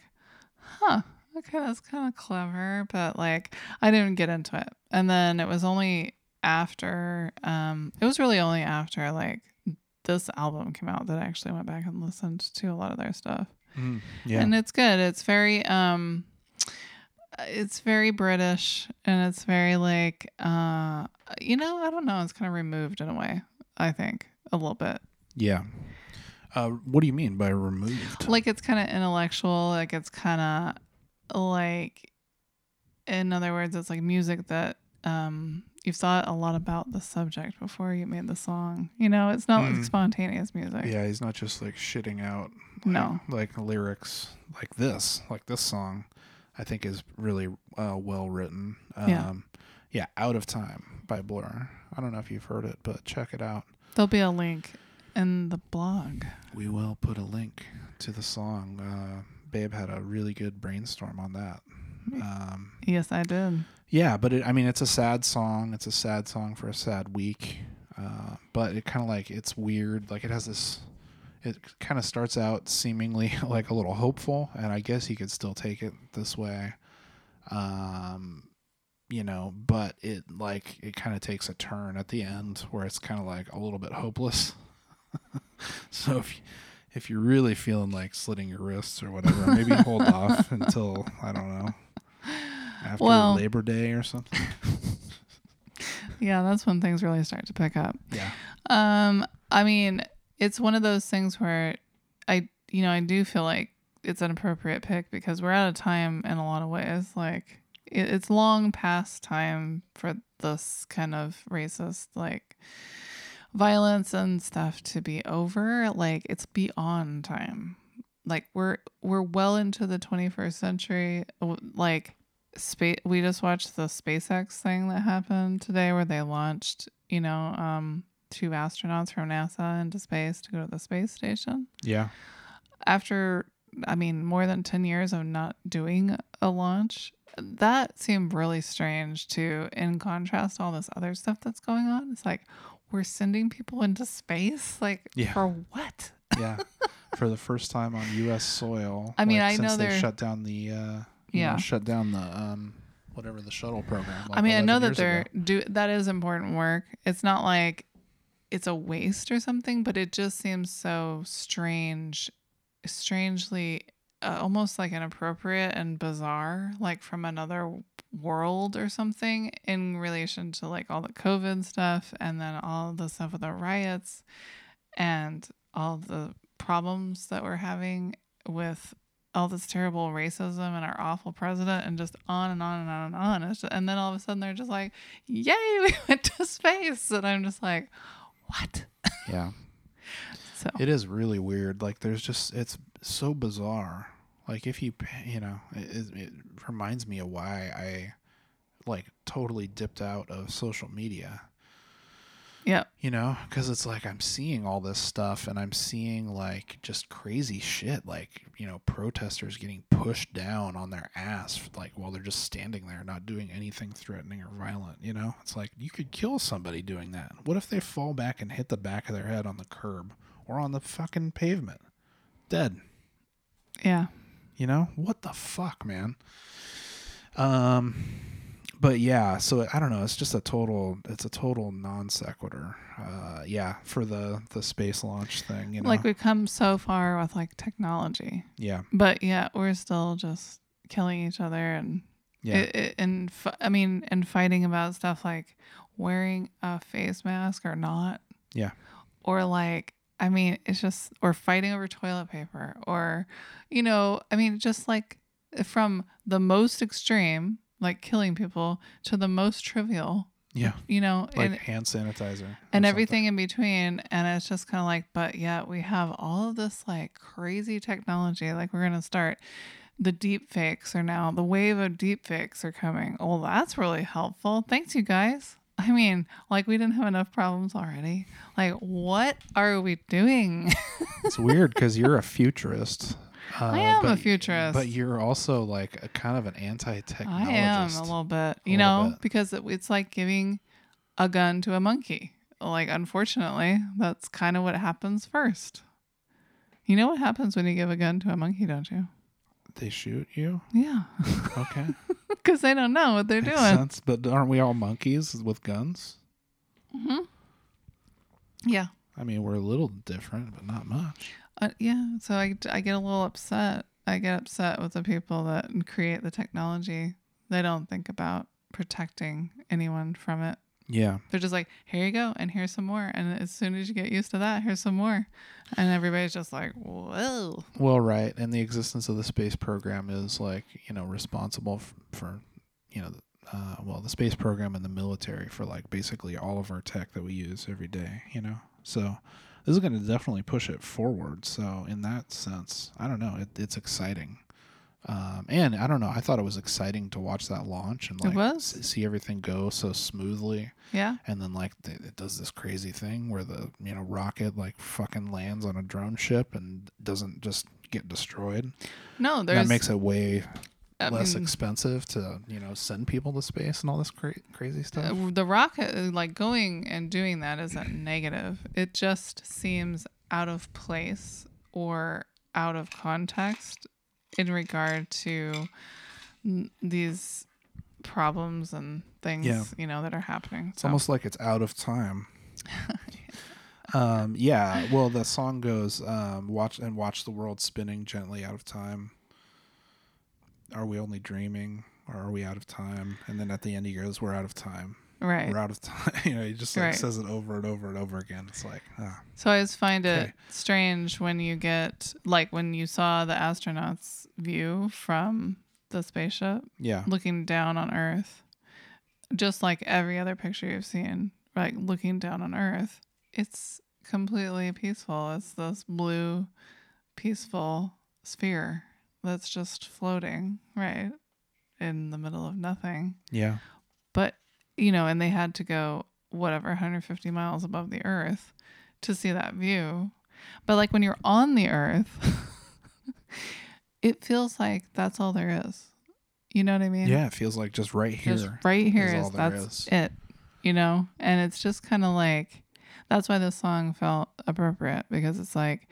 S2: huh, okay, that's kind of clever, but like, I didn't get into it. And then it was only after, um, it was really only after like this album came out that I actually went back and listened to a lot of their stuff
S1: Yeah.
S2: and it's good it's very um it's very british and it's very like uh you know i don't know it's kind of removed in a way i think a little bit
S1: yeah. Uh, what do you mean by removed?
S2: like it's kind of intellectual like it's kind of like in other words it's like music that um you've thought a lot about the subject before you made the song you know it's not like
S1: Mm.
S2: spontaneous music
S1: yeah, he's not just like shitting out like-
S2: no
S1: like lyrics like this, like this song, I think is really uh, well written. Um,
S2: Yeah.
S1: yeah, Out of Time by Blur. I don't know if you've heard it, but check it out.
S2: there'll be a link in the blog
S1: We will put a link to the song. Uh, Babe had a really good brainstorm on that.
S2: Hmm.
S1: Um,
S2: yes i did
S1: yeah, but it, I mean, it's a sad song. It's a sad song for a sad week. Uh, but it kind of like it's weird. Like it has this. It kind of starts out seemingly (laughs) like a little hopeful, and I guess he could still take it this way. Um, you know, but it like it kind of takes a turn at the end where it's kind of like a little bit hopeless. (laughs) so if you, if you're really feeling like slitting your wrists or whatever, maybe hold off until I don't know after
S2: Well-
S1: Labor Day or something.
S2: yeah that's when things really start to pick up
S1: Yeah.
S2: Um, I mean, it's one of those things where I, you know, I do feel like it's an appropriate pick because we're out of time in a lot of ways. Like, it, it's long past time for this kind of racist, like, violence and stuff to be over. Like, it's beyond time. Like, we're we're well into the 21st century. W- Like, space. We just watched the SpaceX thing that happened today, where they launched, you know, um, two astronauts from NASA into space to go to the space station.
S1: Yeah.
S2: After, I mean, more than 10 years of not doing a launch, that seemed really strange too, in contrast to all this other stuff that's going on. It's like, we're sending people into space? Like,
S1: Yeah.
S2: for what?
S1: Yeah. (laughs) For the first time on US soil.
S2: I mean,
S1: like,
S2: I
S1: since
S2: know
S1: they
S2: they're-
S1: shut down the uh you
S2: Yeah.
S1: know, shut down the um whatever the shuttle program.
S2: I
S1: like,
S2: mean, I
S1: 11
S2: know that
S1: years
S2: they're
S1: ago.
S2: do that is important work. It's not like it's a waste or something, but it just seems so strange, strangely, uh, almost like inappropriate and bizarre, like from another world or something, in relation to like all the COVID stuff and then all the stuff with the riots and all the problems that we're having with all this terrible racism and our awful president and just on and on and on and on. It's ju- and then all of a sudden they're just like, yay, (laughs) we went to space. And I'm just like, what?
S1: Yeah.
S2: So,
S1: It is really weird. Like there's just it's so bizarre. Like if you p- you know, it, it, it reminds me of why I like totally dipped out of social media.
S2: yeah.
S1: you know because it's like i'm seeing all this stuff and i'm seeing like just crazy shit like you know protesters getting pushed down on their ass like while they're just standing there not doing anything threatening or violent you know it's like you could kill somebody doing that what if they fall back and hit the back of their head on the curb or on the fucking pavement dead
S2: Yeah.
S1: you know what the fuck man um but yeah so i don't know it's just a total it's a total non sequitur uh yeah for the the space launch thing you know
S2: Like we've come so far with like technology,
S1: yeah
S2: but yeah, we're still just killing each other and
S1: yeah
S2: it, it, and f- I mean, and fighting about stuff like wearing a face mask or not.
S1: Yeah.
S2: Or like I mean, it's just or fighting over toilet paper or you know, I mean, just like from the most extreme, like killing people, to the most trivial,
S1: Yeah.
S2: you know,
S1: Like
S2: and
S1: hand sanitizer. or
S2: and
S1: something.
S2: everything in between. And it's just kind of like, but yeah, we have all of this like crazy technology. Like we're gonna start. The deep fakes are now the wave of deep fakes are coming. Oh, that's really helpful. Thanks, you guys. I mean, like we didn't have enough problems already. Like, what are we doing?
S1: It's weird because you're a futurist. Uh,
S2: (laughs) I am a
S1: but-
S2: futurist.
S1: But you're also like a kind of an anti-technologist.
S2: I am a little bit, you
S1: little
S2: know,
S1: bit.
S2: because it, it's like giving a gun to a monkey. Like, unfortunately, that's kind of what happens first. You know what happens when you give a gun to a monkey, don't you?
S1: They shoot you.
S2: (laughs) Yeah,
S1: Okay.
S2: because they don't know what they're
S1: Makes
S2: doing.
S1: sense. But aren't we all monkeys with guns?
S2: Mm-hmm. Yeah,
S1: I mean, we're a little different, but not much.
S2: uh, yeah. So I, I get a little upset. I get upset with the people that create the technology. They don't think about protecting anyone from it.
S1: Yeah.
S2: They're just like, here you go, and here's some more. And as soon as you get used to that, here's some more. And everybody's just like, whoa.
S1: Well, right. And the existence of the space program is like, you know, responsible for, for you know, uh, well, the space program and the military for like basically all of our tech that we use every day, you know? So this is going to definitely push it forward. So in that sense, I don't know. It, it's exciting. Um, and I don't know. I thought it was exciting to watch that launch and
S2: It
S1: like
S2: was.
S1: s- see everything go so smoothly.
S2: Yeah.
S1: and then like th- it does this crazy thing where the you know rocket like fucking lands on a drone ship and doesn't just get destroyed.
S2: No,
S1: that
S2: there's
S1: makes it way
S2: I
S1: less
S2: mean,
S1: expensive to you know send people to space and all this cra- crazy stuff.
S2: uh, the rocket uh, like going and doing that isn't negative. It just seems out of place or out of context in regard to n- these problems and things,
S1: Yeah.
S2: you know, that are happening.
S1: It's almost like it's out of
S2: (laughs)
S1: time. um, yeah. Well, the song goes, um, "Watch and watch the world spinning gently out of time." Are we only dreaming, or are we out of time? And then at the end, he goes, "We're out of time."
S2: right.
S1: we're out of time. (laughs) You know, he just like
S2: Right.
S1: says it over and over and over again. It's like, ah,
S2: So I always find it
S1: Okay.
S2: strange when you get like when you saw the astronauts' view from the spaceship
S1: yeah,
S2: looking down on Earth, just like every other picture you've seen, like looking down on Earth. It's completely peaceful. It's this blue, peaceful sphere that's just floating right in the middle of nothing
S1: yeah,
S2: but you know and they had to go whatever 150 miles above the earth to see that view but like when you're on the earth (laughs) it feels like that's all there is you know what i mean
S1: yeah. It feels like just right here.
S2: just right here
S1: is
S2: is,
S1: all there
S2: that's
S1: is.
S2: it you know and it's just kind of like that's why this song felt appropriate because it's like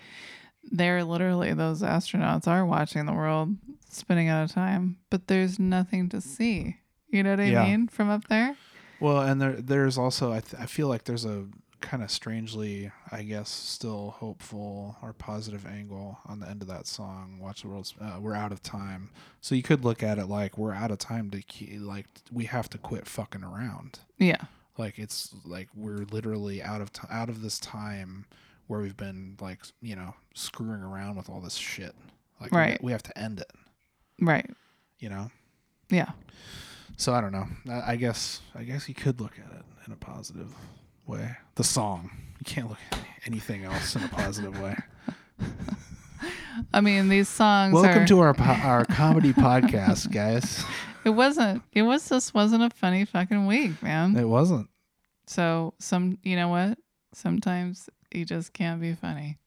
S2: they're literally those astronauts are watching the world spinning out of time but there's nothing to see you know what i
S1: Yeah.
S2: mean from up there
S1: Well, and there, there's also I, th- I feel like there's a kind of strangely, I guess, still hopeful or positive angle on the end of that song. Watch the world's, uh, we're out of time. So you could look at it like we're out of time to ke- like we have to quit fucking around.
S2: yeah
S1: like it's like we're literally out of t- out of this time where we've been like you know screwing around with all this shit like we-
S2: Right.
S1: we, have to end it
S2: right
S1: you know
S2: yeah
S1: so i don't know I, I guess i guess you could look at it in a positive way the song you can't look at anything else in a positive
S2: (laughs)
S1: way
S2: i mean these songs
S1: welcome
S2: are,
S1: to our po- our comedy podcast
S2: (laughs)
S1: guys
S2: it wasn't it was this wasn't a funny fucking week man
S1: it wasn't
S2: So some, you know what? Sometimes you just can't be funny.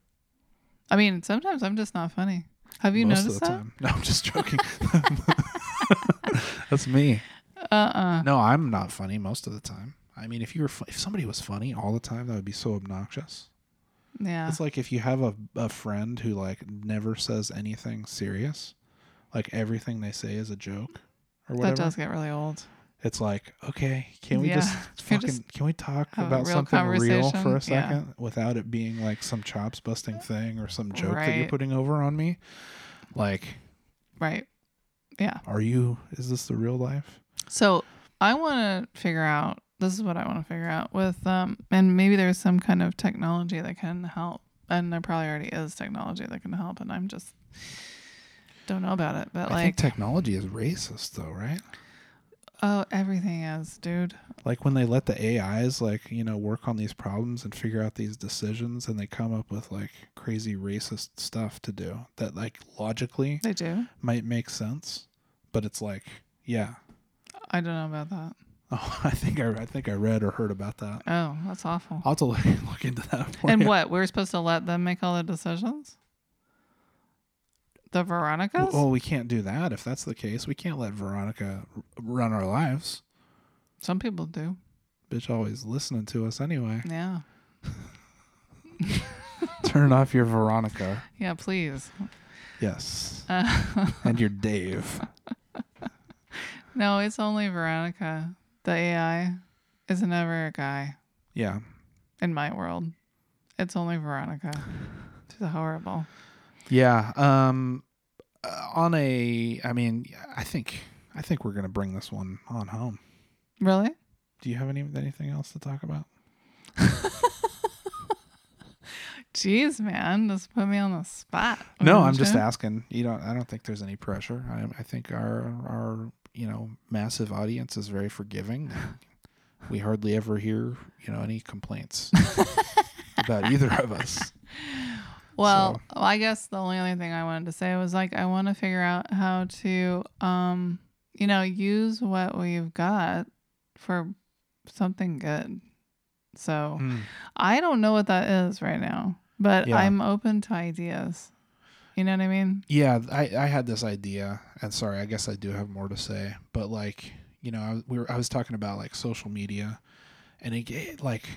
S2: I mean, sometimes I'm just not funny. Have you
S1: most of
S2: noticed
S1: the time no i'm just joking (laughs) that's me
S2: that? Uh uh
S1: No, I'm not funny most of the time. I mean, if you were fu- if somebody was funny all the time, that would be so obnoxious.
S2: Yeah.
S1: It's like if you have a a friend who like never says anything serious, like everything they say is a joke or
S2: That
S1: whatever.
S2: does get really old.
S1: It's like, okay, can we
S2: Yeah.
S1: just
S2: (laughs) Can we
S1: fucking
S2: just
S1: can we talk
S2: have a
S1: about
S2: real
S1: something real for a
S2: conversation? Yeah.
S1: second without it being like some chops busting thing or some joke that you're
S2: Right.
S1: putting over on me? Like,
S2: Right. Yeah.
S1: are you is this the real life?
S2: So I want to figure out this is what I want to figure out with um and maybe there's some kind of technology that can help. and there probably already is technology that can help, and I'm just don't know about it. But
S1: I
S2: like,
S1: think technology is racist though, right?
S2: oh, everything is, dude.
S1: Like when they let the AIs like, you know, work on these problems and figure out these decisions and they come up with like crazy racist stuff to do that like logically
S2: They do.
S1: might make sense, but it's like, yeah. (laughs)
S2: I don't know about that.
S1: Oh, I think I, I think I read or heard about that.
S2: Oh, that's awful.
S1: I'll have to look, (laughs) look into that. For
S2: and
S1: you.
S2: what? We're supposed to let them make all the decisions? The Veronicas?
S1: Well, we can't do that if that's the case. We can't let Veronica r- run our lives.
S2: Some people do.
S1: Bitch always listening to us anyway.
S2: (laughs) Yeah.
S1: Turn off your Veronica.
S2: Yeah, please. (laughs)
S1: Yes.
S2: Uh,
S1: And your Dave.
S2: no, it's only Veronica. The AI is never a guy
S1: Yeah.
S2: in my world. It's only Veronica. She's horrible.
S1: Yeah. Um uh, on a I mean, I think I think we're going to bring this one on home.
S2: Really?
S1: Do you have any anything else to talk about?
S2: Jeez, man. Just put me on the spot.
S1: No,
S2: Wouldn't
S1: I'm just
S2: Oh, you?
S1: asking. You don't. I don't think there's any pressure. I, I think our our you know massive audience is very forgiving. We hardly ever hear you know any complaints about either of us.
S2: Well, I guess the only other thing I wanted to say was like I want to figure out how to um you know, use what we've got for something good. So,
S1: Hmm.
S2: I don't know what that is right now, but
S1: Mm. Yeah.
S2: I'm open to ideas. You know what I mean?
S1: Yeah, I I had this idea, and sorry, I guess I do have more to say, but like you know, I, we were I was talking about like social media, and it, it like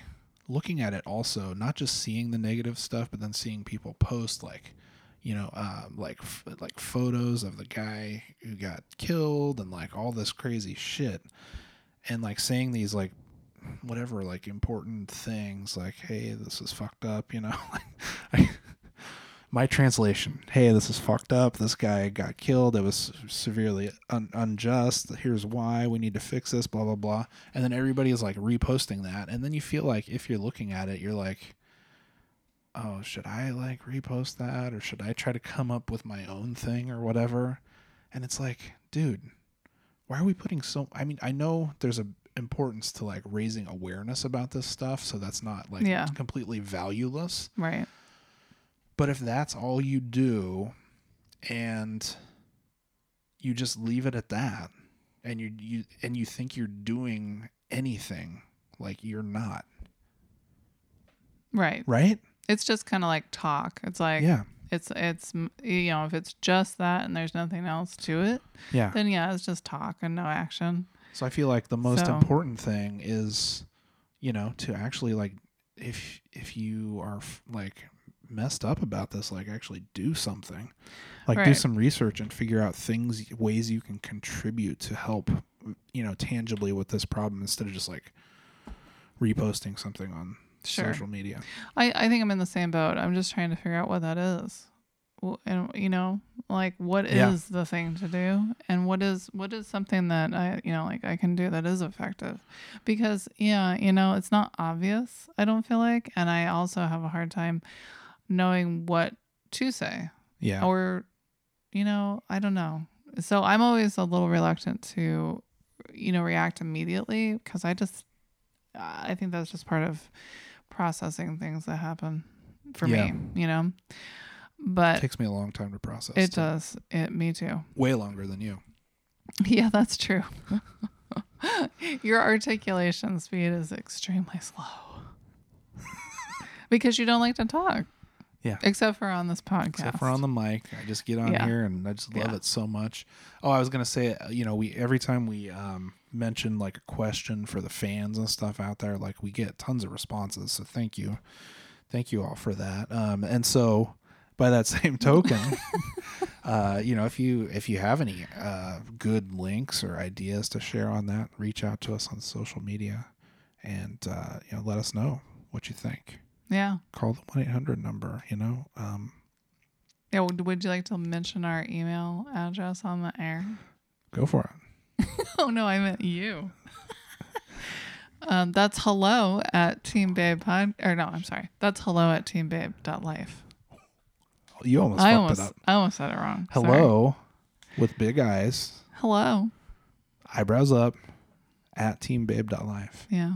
S1: looking at it also not just seeing the negative stuff, but then seeing people post like you know um, like f- like photos of the guy who got killed and like all this crazy shit, and like saying these like whatever like important things like hey this is fucked up you know (laughs) like (laughs) my translation hey this is fucked up this guy got killed it was severely un- unjust here's why we need to fix this blah blah blah and then everybody is like reposting that and then you feel like if you're looking at it you're like oh should i like repost that or should i try to come up with my own thing or whatever and it's like dude why are we putting so i mean i know there's a importance to like raising awareness about this stuff so that's not like
S2: Yeah.
S1: completely valueless
S2: Right.
S1: but if that's all you do and you just leave it at that and you, you and you think you're doing anything like you're not,
S2: Right.
S1: right?
S2: It's just kind of like talk. It's like
S1: yeah.
S2: it's it's mm, you know, if it's just that and there's nothing else to it,
S1: Yeah.
S2: then yeah, it's just talk and no action.
S1: So I feel like the most
S2: So-
S1: important thing is, you know, to actually like if if you are f- like messed up about this, like actually do something, like do
S2: Right.
S1: some research and figure out things, ways you can contribute to help, you know, tangibly with this problem instead of just like reposting something on
S2: Sure.
S1: social media.
S2: I, I think I'm in the same boat. I'm just trying to figure out what that is. Well, and you know, like what is
S1: Yeah.
S2: the thing to do and what is what is something that I you know, like I can do that is effective. Because yeah, you know, it's not obvious, I don't feel like, and I also have a hard time knowing what to say
S1: Yeah.
S2: or you know i don't know so i'm always a little reluctant to you know react immediately because i just i think that's just part of processing things that happen for
S1: Yeah.
S2: me you know
S1: it
S2: but
S1: takes me a long time to process.
S2: it
S1: too.
S2: does it me too (laughs)
S1: Way longer than you.
S2: yeah that's true (laughs) your articulation speed is extremely slow (laughs) because you don't like to talk
S1: Yeah.
S2: except for on this podcast
S1: except for on the mic. I just get on
S2: Yeah.
S1: here and I just love
S2: Yeah.
S1: it so much. Oh, I was gonna say, uh, you know, we every time we um, mention like a question for the fans and stuff out there, like we get tons of responses. So thank you, thank you all for that. Um, and so by that (laughs) same
S2: (laughs)
S1: token. Uh, you know, if you if you have any uh, good links or ideas to share on that, reach out to us on social media, and uh, you know, let us know what you think.
S2: yeah
S1: Call the one eight hundred number. You know, um,
S2: Yeah, would, would you like to mention our email address on the air? (laughs)
S1: go for it.
S2: Oh no, I meant you. Um, that's hello at Team Babe Pod. Or no, I'm sorry. That's hello at teambabe.life.
S1: You almost
S2: I
S1: fucked
S2: almost
S1: it up.
S2: I almost said it wrong. Sorry.
S1: Hello with big eyes,
S2: Hello.
S1: eyebrows up at teambabe.life.
S2: Yeah.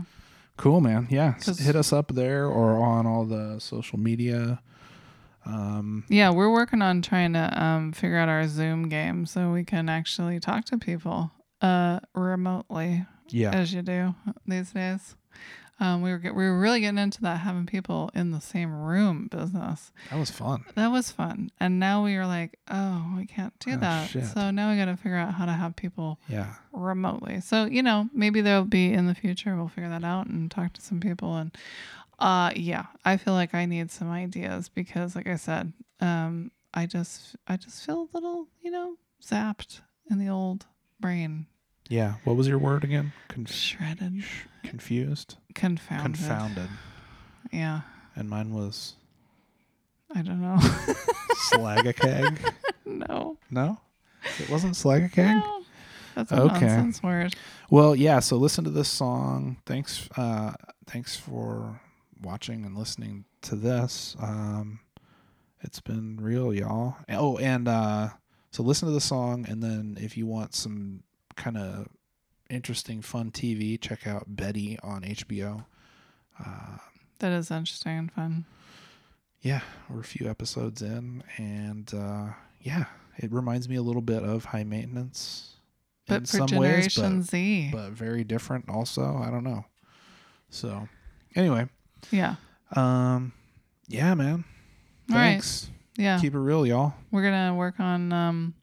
S1: Cool, man. Yeah.
S2: 'Cause-
S1: S- Hit us up there or on all the social media. Um,
S2: Yeah, we're working on trying to um, figure out our Zoom game so we can actually talk to people uh, remotely,
S1: yeah.
S2: as you do these days. Um, we were get, we were really getting into that having people in the same room business.
S1: That was fun.
S2: That was fun, and now we are like, oh, we can't do
S1: Oh,
S2: that.
S1: shit.
S2: So now we got to figure out how to have people
S1: Yeah.
S2: remotely. So, you know, maybe there'll be in the future we'll figure that out and talk to some people and uh yeah, I feel like I need some ideas because like I said, um I just I just feel a little, you know, zapped in the old brain.
S1: Yeah. What was your word again? Conf-
S2: Shredded,
S1: confused?
S2: confounded.
S1: Confounded.
S2: Yeah.
S1: And mine was
S2: I don't know. (laughs)
S1: slagacag.
S2: no.
S1: (laughs) no? It wasn't slagacag?
S2: No. That's a
S1: Okay.
S2: nonsense word.
S1: Well, yeah. So listen to this song. Thanks, uh, thanks for watching and listening to this. Um, it's been real, y'all. Oh, and uh, so listen to the song, and then if you want some kind of interesting, fun TV, check out Betty on HBO. Uh,
S2: That is interesting and fun.
S1: yeah, we're a few episodes in, and uh, yeah, it reminds me a little bit of High Maintenance
S2: But
S1: in
S2: for
S1: some ways,
S2: Generation
S1: but
S2: Z.
S1: but very different also i don't know so anyway
S2: yeah.
S1: um yeah man
S2: All right. Oh.
S1: thanks
S2: Yeah.
S1: keep it real y'all
S2: We're gonna work on um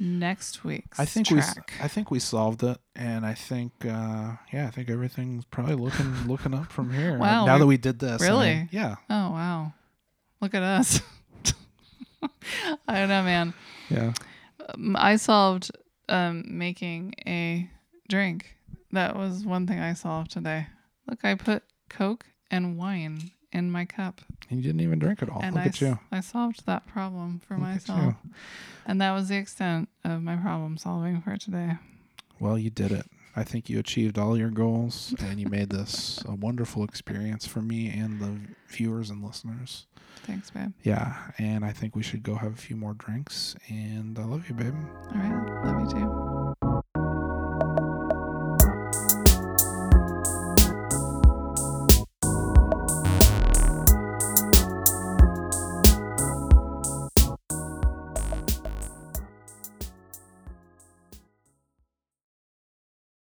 S2: next week's.
S1: i think
S2: track.
S1: we i think we solved it and i think uh yeah i think everything's probably looking
S2: (laughs)
S1: looking up from here
S2: Wow,
S1: now
S2: we-
S1: that we did this I mean,
S2: really?
S1: yeah
S2: oh wow, look at us. (laughs) I don't know, man.
S1: yeah
S2: Um, I solved um, making a drink. That was one thing I solved today. Look, I put Coke and wine in my cup,
S1: and you didn't even drink at all
S2: and
S1: Oh, look
S2: I,
S1: at you
S2: s- I solved that problem for
S1: Look at
S2: myself. And that was the extent of my problem solving for today.
S1: well you did it I think you achieved all your goals and you made this a wonderful experience for me and the viewers and listeners.
S2: Thanks, babe.
S1: Yeah, and I think we should go have a few more drinks. And I love you, babe.
S2: All right, love you too.